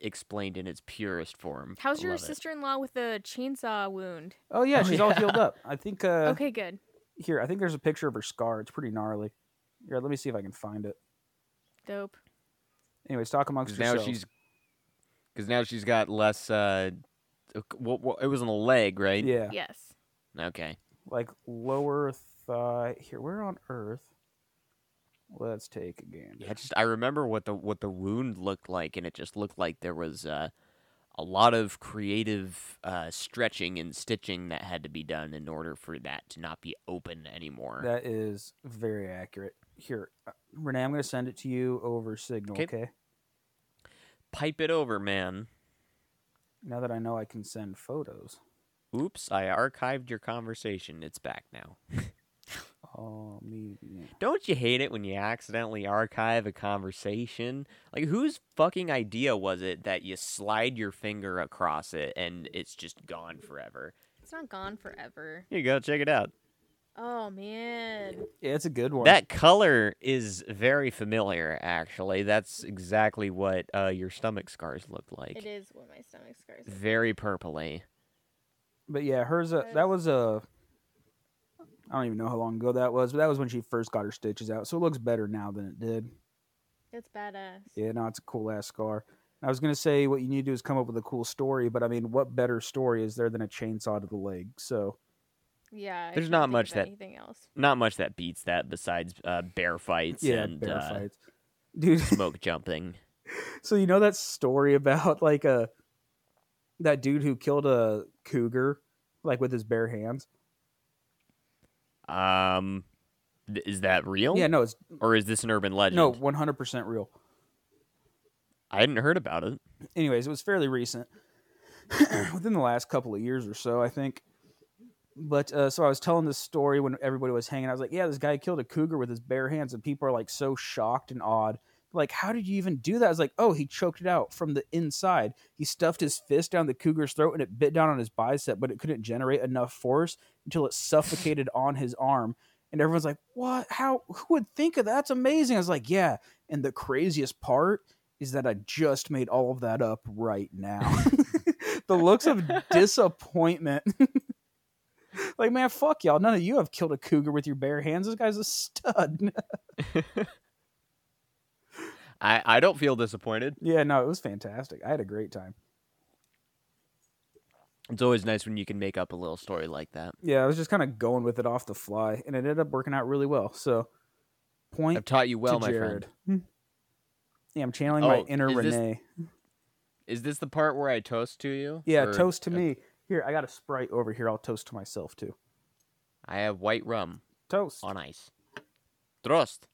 Speaker 5: explained in its purest form.
Speaker 7: How's
Speaker 5: I
Speaker 7: your
Speaker 5: love it.
Speaker 7: sister in law with the chainsaw wound?
Speaker 6: Oh yeah,
Speaker 5: Oh,
Speaker 6: she's all
Speaker 5: yeah.
Speaker 6: healed up. I think.
Speaker 5: (laughs)
Speaker 6: Uh,
Speaker 7: okay, good.
Speaker 6: Here, I think there's a picture of her scar. It's pretty gnarly. Here, let me see if I can find it.
Speaker 7: Dope.
Speaker 6: Anyways, talk amongst
Speaker 5: Because now
Speaker 6: yourselves.
Speaker 5: she's, because now she's got less. Uh, what, what, it was on a leg, right?
Speaker 6: yeah,
Speaker 7: Yes.
Speaker 5: Okay.
Speaker 6: like lower thigh. Here, where on earth? Let's take a gander.
Speaker 5: Yeah, just I remember what the what the wound looked like, and it just looked like there was uh, a lot of creative uh, stretching and stitching that had to be done in order for that to not be open anymore.
Speaker 6: That is very accurate. Here, uh, Renee, I'm going to send it to you over Signal. Okay.
Speaker 5: Okay. Pipe it over, man.
Speaker 6: Now that I know I can send photos.
Speaker 5: Oops, I archived your conversation. It's back now.
Speaker 10: Call
Speaker 6: Oh,
Speaker 10: me. now.
Speaker 5: Don't you hate it when you accidentally archive a conversation? Like, whose fucking idea was it that you slide your finger across it and it's just gone forever?
Speaker 9: It's not gone forever.
Speaker 5: Here you go, check it out.
Speaker 9: Oh man.
Speaker 6: Yeah, it's a good one.
Speaker 5: That color is very familiar, actually. That's exactly what uh, your stomach scars look like.
Speaker 9: It is what my stomach scars. look
Speaker 5: Very purpley.
Speaker 6: But yeah, hers uh, that was a. I don't even know how long ago that was, but that was when she first got her stitches out. So it looks better now than it did.
Speaker 9: like. It's badass.
Speaker 6: Yeah, no, it's a cool ass scar. I was gonna say what you need to do is come up with a cool story, but I mean, what better story is there than a chainsaw to the leg? So
Speaker 9: Yeah. I
Speaker 5: There's
Speaker 9: can't
Speaker 5: not
Speaker 9: think
Speaker 5: much
Speaker 9: of
Speaker 5: that-
Speaker 9: anything else.
Speaker 5: Not much that beats that besides uh, bear fights
Speaker 6: yeah,
Speaker 5: and
Speaker 6: bear
Speaker 5: uh,
Speaker 6: fights, dude. (laughs)
Speaker 5: smoke jumping.
Speaker 6: so you know that story about like a that dude who killed a cougar like with his bare hands?
Speaker 5: Um, th- is that real?
Speaker 6: Yeah, no, it's
Speaker 5: Or is this an urban legend?
Speaker 6: no, one hundred percent real.
Speaker 5: I hadn't heard about it.
Speaker 6: anyways, it was fairly recent, (clears throat) within the last couple of years or so, I think. But uh, so I was telling this story when everybody was hanging. I was like, "Yeah, this guy killed a cougar with his bare hands," and people are like so shocked and awed. Like, how did you even do that? I was like, "Oh, he choked it out from the inside. He stuffed his fist down the cougar's throat, and it bit down on his bicep, but it couldn't generate enough force until it suffocated on his arm." And everyone's like, "What? How? Who would think of that? That's amazing!" I was like, "Yeah." And the craziest part is that I just made all of that up right (laughs) now. the looks of disappointment. (laughs) like, man, fuck y'all. None of you have killed a cougar with your bare hands. This guy's a stud. (laughs)
Speaker 5: I, I don't feel disappointed.
Speaker 6: yeah, no, it was fantastic. I had a great time.
Speaker 5: It's always nice when you can make up a little story like that.
Speaker 6: Yeah, I was just kind of going with it off the fly, and it ended up working out really well. So, point
Speaker 5: I've taught you well,
Speaker 6: to
Speaker 5: my
Speaker 6: Jared. Hmm.
Speaker 5: friend.
Speaker 6: Yeah, I'm channeling my
Speaker 5: Oh,
Speaker 6: inner
Speaker 5: is this-
Speaker 6: Renee.
Speaker 5: Is this the part where I toast to you?
Speaker 6: Yeah,
Speaker 5: Or-
Speaker 6: toast to
Speaker 5: uh,
Speaker 6: me. Here, I got a sprite over here. I'll toast to myself too.
Speaker 5: I have white rum
Speaker 6: Toast.
Speaker 5: on ice. Trust.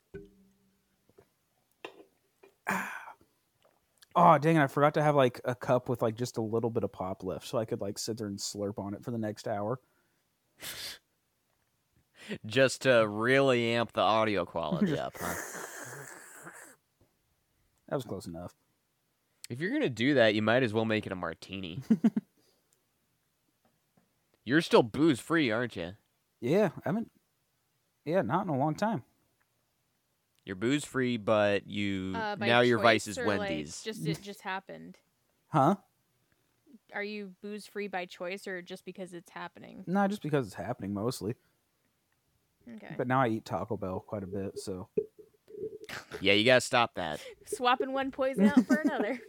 Speaker 6: Oh dang it! I forgot to have like a cup with like just a little bit of pop left, so I could like sit there and slurp on it for the next hour.
Speaker 5: Just to really amp the audio quality up,
Speaker 9: (laughs)
Speaker 5: huh?
Speaker 6: That was close enough.
Speaker 5: If you're gonna do that, you might as well make it a martini.
Speaker 9: (laughs)
Speaker 5: you're still booze free, aren't you?
Speaker 6: Yeah, I haven't. Yeah, not in a long time.
Speaker 5: You're booze free, but you
Speaker 9: Uh, by
Speaker 5: Mm, now your
Speaker 9: choice
Speaker 5: vice is
Speaker 9: or, like,
Speaker 5: Wendy's.
Speaker 9: just
Speaker 5: (laughs)
Speaker 9: it just happened.
Speaker 6: Huh?
Speaker 9: Are you booze free by choice or just because it's
Speaker 5: (laughs)
Speaker 9: happening?
Speaker 6: No, just because it's happening mostly.
Speaker 7: Eh.
Speaker 9: Okay.
Speaker 6: But now I eat Taco Bell quite a bit, so
Speaker 5: Yeah, you gotta stop that.
Speaker 9: (laughs) Swapping one poison out for another.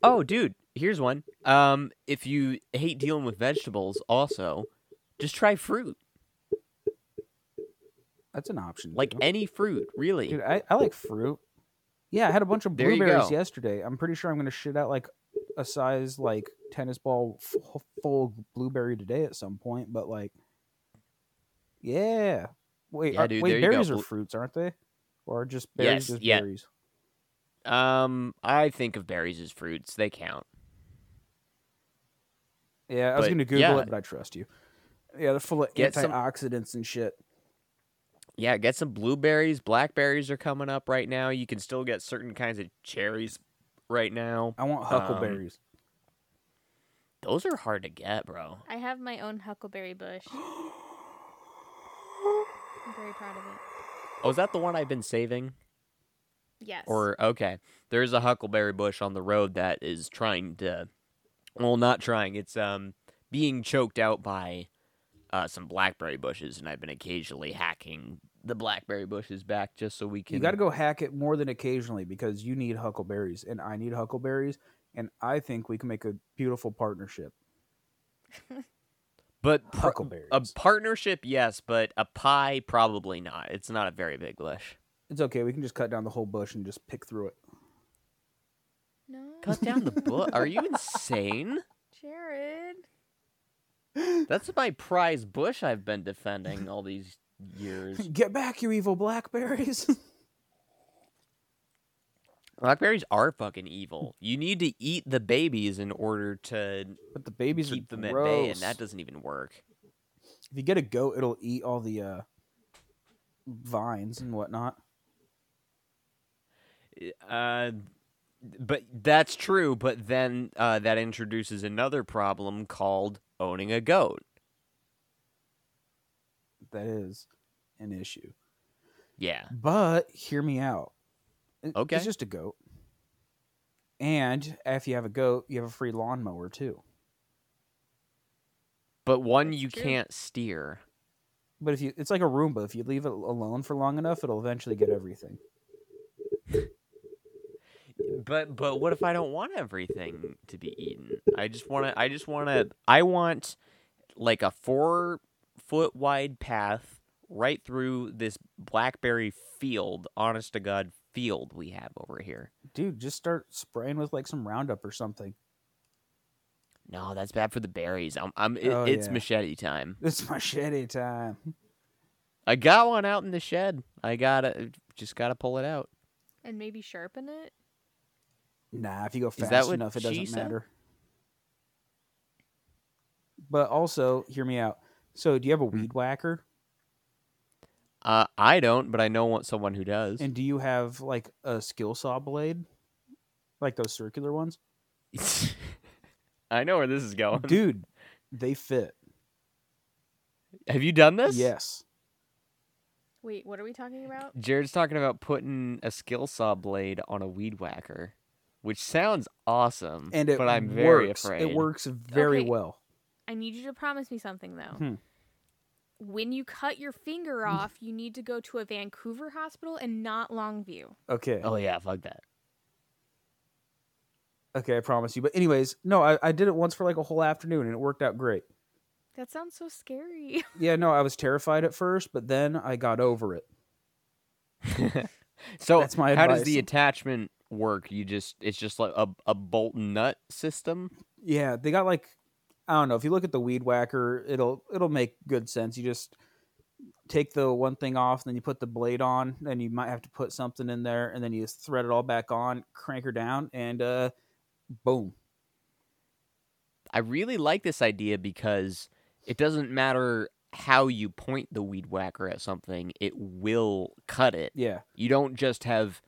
Speaker 5: Oh, dude, here's one. Um, if you hate dealing with vegetables, also, just try fruit.
Speaker 6: that's an option.
Speaker 5: Like
Speaker 6: too.
Speaker 5: any fruit, really.
Speaker 6: dude, I, I like fruit. Yeah, I had a bunch of
Speaker 5: There you go.
Speaker 6: blueberries yesterday. I'm pretty sure I'm gonna shit out like a size like tennis ball full, full blueberry today at some point. But like, yeah. Wait,
Speaker 5: Yeah,
Speaker 6: are,
Speaker 5: dude,
Speaker 6: wait,
Speaker 5: there you go.
Speaker 6: berries are
Speaker 5: Blu-
Speaker 6: fruits, aren't they? Or just berries?
Speaker 5: Yes,
Speaker 6: just
Speaker 5: yeah.
Speaker 6: berries.
Speaker 5: Um, I think of berries as fruits. They count.
Speaker 6: Yeah, I was
Speaker 5: But,
Speaker 6: gonna Google
Speaker 5: yeah.
Speaker 6: it, but I trust you. Yeah, they're full of
Speaker 5: Get some-
Speaker 6: antioxidants and shit.
Speaker 5: Yeah, get some blueberries. Blackberries are coming up right now. You can still get certain kinds of cherries right now.
Speaker 6: I want huckleberries.
Speaker 5: Those are hard to get, bro.
Speaker 9: I have my own huckleberry bush. I'm very proud of it.
Speaker 5: Oh, is that the one I've been saving?
Speaker 9: Yes.
Speaker 5: Or okay, there's a huckleberry bush on the road that is trying to, well, not trying. It's um being choked out by uh, some blackberry bushes, and I've been occasionally hacking the blackberry bushes back just so we can.
Speaker 6: you got to go hack it more than occasionally because you need huckleberries and I need huckleberries, and I think we can make a beautiful partnership.
Speaker 5: but pr-
Speaker 6: Huckleberries.
Speaker 5: a partnership, yes, but a pie probably not. It's not a very big bush.
Speaker 6: It's okay. We can just cut down the whole bush and just pick through it. (laughs)
Speaker 9: no.
Speaker 5: Cut down the bush. Are you insane?
Speaker 9: Jared.
Speaker 5: That's my prize bush I've been defending all these years.
Speaker 6: Get back, you evil blackberries! (laughs)
Speaker 5: Blackberries are fucking evil. You need to eat the babies in order to
Speaker 6: but the babies
Speaker 5: keep
Speaker 6: are
Speaker 5: them at
Speaker 6: gross.
Speaker 5: bay, and that doesn't even work.
Speaker 6: if you get a goat, it'll eat all the uh, vines and whatnot.
Speaker 5: Uh, but that's true. But then uh, that introduces another problem called owning a goat.
Speaker 6: That is an issue.
Speaker 5: Yeah.
Speaker 6: But hear me out. It-
Speaker 5: Okay.
Speaker 6: It's just a goat. And if you have a goat, you have a free lawnmower too.
Speaker 5: But one you
Speaker 9: true.
Speaker 5: can't steer.
Speaker 6: But if you, it's like a Roomba. If you leave it alone for long enough, it'll eventually get everything.
Speaker 5: But but what if I don't want everything to be eaten? I just want to. I just want to. I want like a four foot wide path right through this blackberry field. Honest to God, field we have over here.
Speaker 6: Dude, just start spraying with like some Roundup or something. (laughs)
Speaker 5: No, that's bad for the berries. I'm. I'm. It,
Speaker 6: Oh,
Speaker 5: it's
Speaker 6: yeah.
Speaker 5: machete time.
Speaker 6: It's machete time.
Speaker 5: I got one out in the shed. I gotta just gotta pull it out.
Speaker 9: and maybe sharpen it.
Speaker 6: Nah, if you go
Speaker 5: that
Speaker 6: fast
Speaker 5: what
Speaker 6: enough, it
Speaker 5: she
Speaker 6: doesn't
Speaker 5: said?
Speaker 6: matter. But also, hear me out. So, do you have a
Speaker 5: Mm-hmm.
Speaker 6: weed whacker?
Speaker 5: Uh, I don't, but I know one- someone who does.
Speaker 6: And do you have like a skill saw blade? Like those
Speaker 5: (laughs)
Speaker 6: circular ones?
Speaker 5: (laughs) I know where this is going.
Speaker 6: Dude, they fit.
Speaker 5: Have you done this?
Speaker 6: Yes.
Speaker 9: Wait, what are we talking about?
Speaker 5: Jared's talking about putting a skill saw blade on a weed whacker, which sounds awesome.
Speaker 6: And it
Speaker 5: but I'm
Speaker 6: works.
Speaker 5: very afraid.
Speaker 6: It works very
Speaker 9: Okay.
Speaker 6: well.
Speaker 9: I need you to promise me something though.
Speaker 6: Hmm.
Speaker 9: When you cut your finger off, you need to go to a Vancouver hospital and not Longview.
Speaker 6: Okay.
Speaker 5: Oh yeah, fuck that.
Speaker 6: Okay, I promise you. But anyways, no, I, I did it once for like a whole afternoon and it worked out great.
Speaker 9: That sounds so scary. (laughs)
Speaker 6: Yeah, no, I was terrified at first, but then I got over it.
Speaker 5: So
Speaker 6: That's my
Speaker 5: how does the
Speaker 6: advice.
Speaker 5: attachment work? You just it's just like a a bolt and nut system.
Speaker 6: Yeah, they got like I don't know. If you look at the weed whacker, it'll it'll make good sense. You just take the one thing off, then you put the blade on, then you might have to put something in there, and then you just thread it all back on, crank her down, and uh, boom.
Speaker 5: I really like this idea because it doesn't matter how you point the weed whacker at something, it will cut it.
Speaker 6: Yeah,
Speaker 5: You don't just have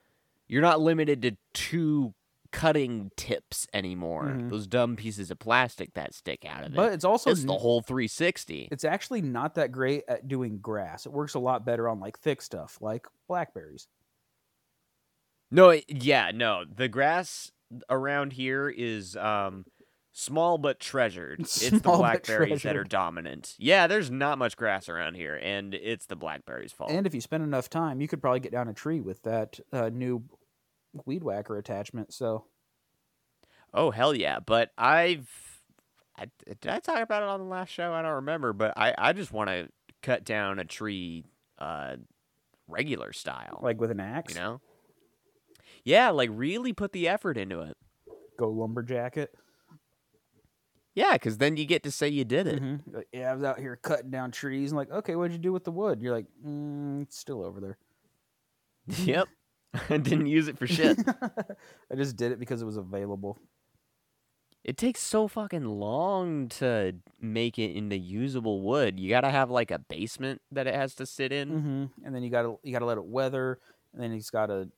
Speaker 5: you're not limited to two cutting tips anymore.
Speaker 6: Mhm.
Speaker 5: Those dumb pieces of plastic that stick out of it.
Speaker 6: but it's also
Speaker 5: it's the
Speaker 6: n-
Speaker 5: whole 360.
Speaker 6: it's actually not that great at doing grass. It works a lot better on like thick stuff, like blackberries.
Speaker 5: No, it- yeah, no. The grass around here is um small but
Speaker 6: (laughs)
Speaker 5: treasured. It's the
Speaker 6: Small but
Speaker 5: blackberries that are
Speaker 6: treasured.
Speaker 5: dominant. Yeah, there's not much grass around here and it's the blackberries' fault.
Speaker 6: And if you spend enough time, you could probably get down a tree with that uh, new weed whacker attachment. So
Speaker 5: Oh hell yeah! But I've I, did I talk about it on the last show? I don't remember, but I I just want to cut down a tree, uh, regular style.
Speaker 6: like with an axe,
Speaker 5: Oh. you know. Yeah, like really put the effort into it.
Speaker 6: go lumberjack it.
Speaker 5: Yeah, because then you get to say you did it.
Speaker 6: Mhm. Like, yeah, I was out here cutting down trees and like, okay, what'd you do with the wood? You're like, mm, it's still over there. Mm-hmm.
Speaker 5: (laughs) Yep, I didn't use it for
Speaker 6: (laughs)
Speaker 5: shit.
Speaker 6: I just did it because it was available.
Speaker 5: it takes so fucking long to make it into usable wood. You gotta have like a basement that it has to sit in.
Speaker 6: hmm And then you gotta you gotta let it weather, and then he's gotta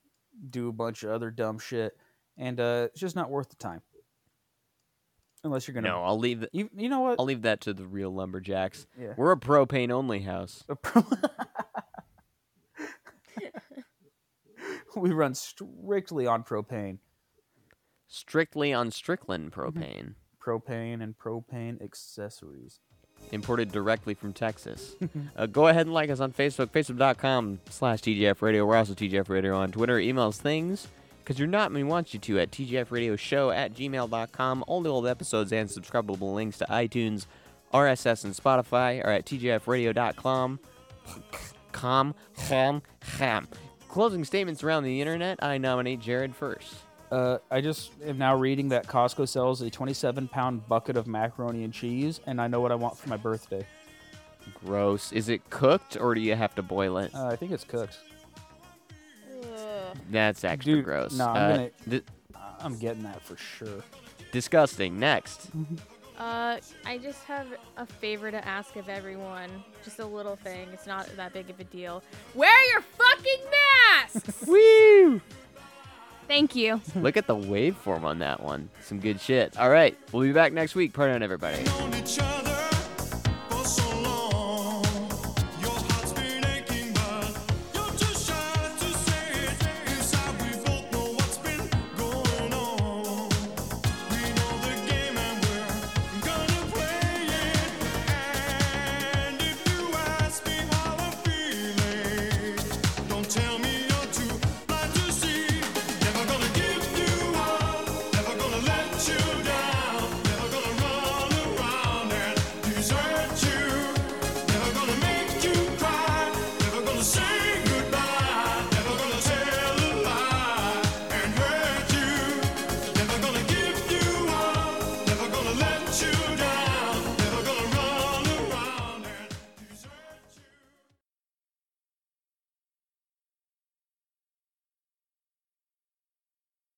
Speaker 6: do a bunch of other dumb shit, and uh, it's just not worth the time. Unless you're gonna,
Speaker 5: No, I'll leave.
Speaker 6: you you know what? (laughs)
Speaker 5: I'll leave that to the real lumberjacks.
Speaker 6: Yeah.
Speaker 5: We're a propane only house.
Speaker 6: we run strictly on propane,
Speaker 5: Strictly on Strickland propane.
Speaker 6: propane and propane accessories.
Speaker 5: Imported directly from Texas. uh, go ahead and like us on Facebook, facebook.com slash TGF Radio. We're also TGF Radio on Twitter. Email us things because you're not and we want you to at tgfradioshow at gmail.com. All the old episodes and subscribable links to iTunes, RSS, and Spotify are at tgfradio.com. Com, ham, ham. Closing statements around the internet, I nominate Jared first.
Speaker 6: Uh, I just am now reading that Costco sells a 27 pound bucket of macaroni and cheese, and I know what I want for my birthday.
Speaker 5: Gross. Is it cooked or do you have to boil it?
Speaker 6: Uh, I think it's cooked.
Speaker 5: That's extra
Speaker 6: dude,
Speaker 5: gross.
Speaker 6: nah, I'm
Speaker 5: Uh,
Speaker 6: gonna-
Speaker 5: di-
Speaker 6: I- I'm getting that for sure.
Speaker 5: disgusting. Next.
Speaker 7: Uh, I just have a favor to ask of everyone. Just a little thing. It's not that big of a deal. Wear your fucking
Speaker 5: (laughs)
Speaker 7: masks!
Speaker 5: Woo!
Speaker 7: Thank you.
Speaker 5: Look at the waveform on that one. Some good shit. All right, we'll be back next week. Part on everybody.
Speaker 2: on each other.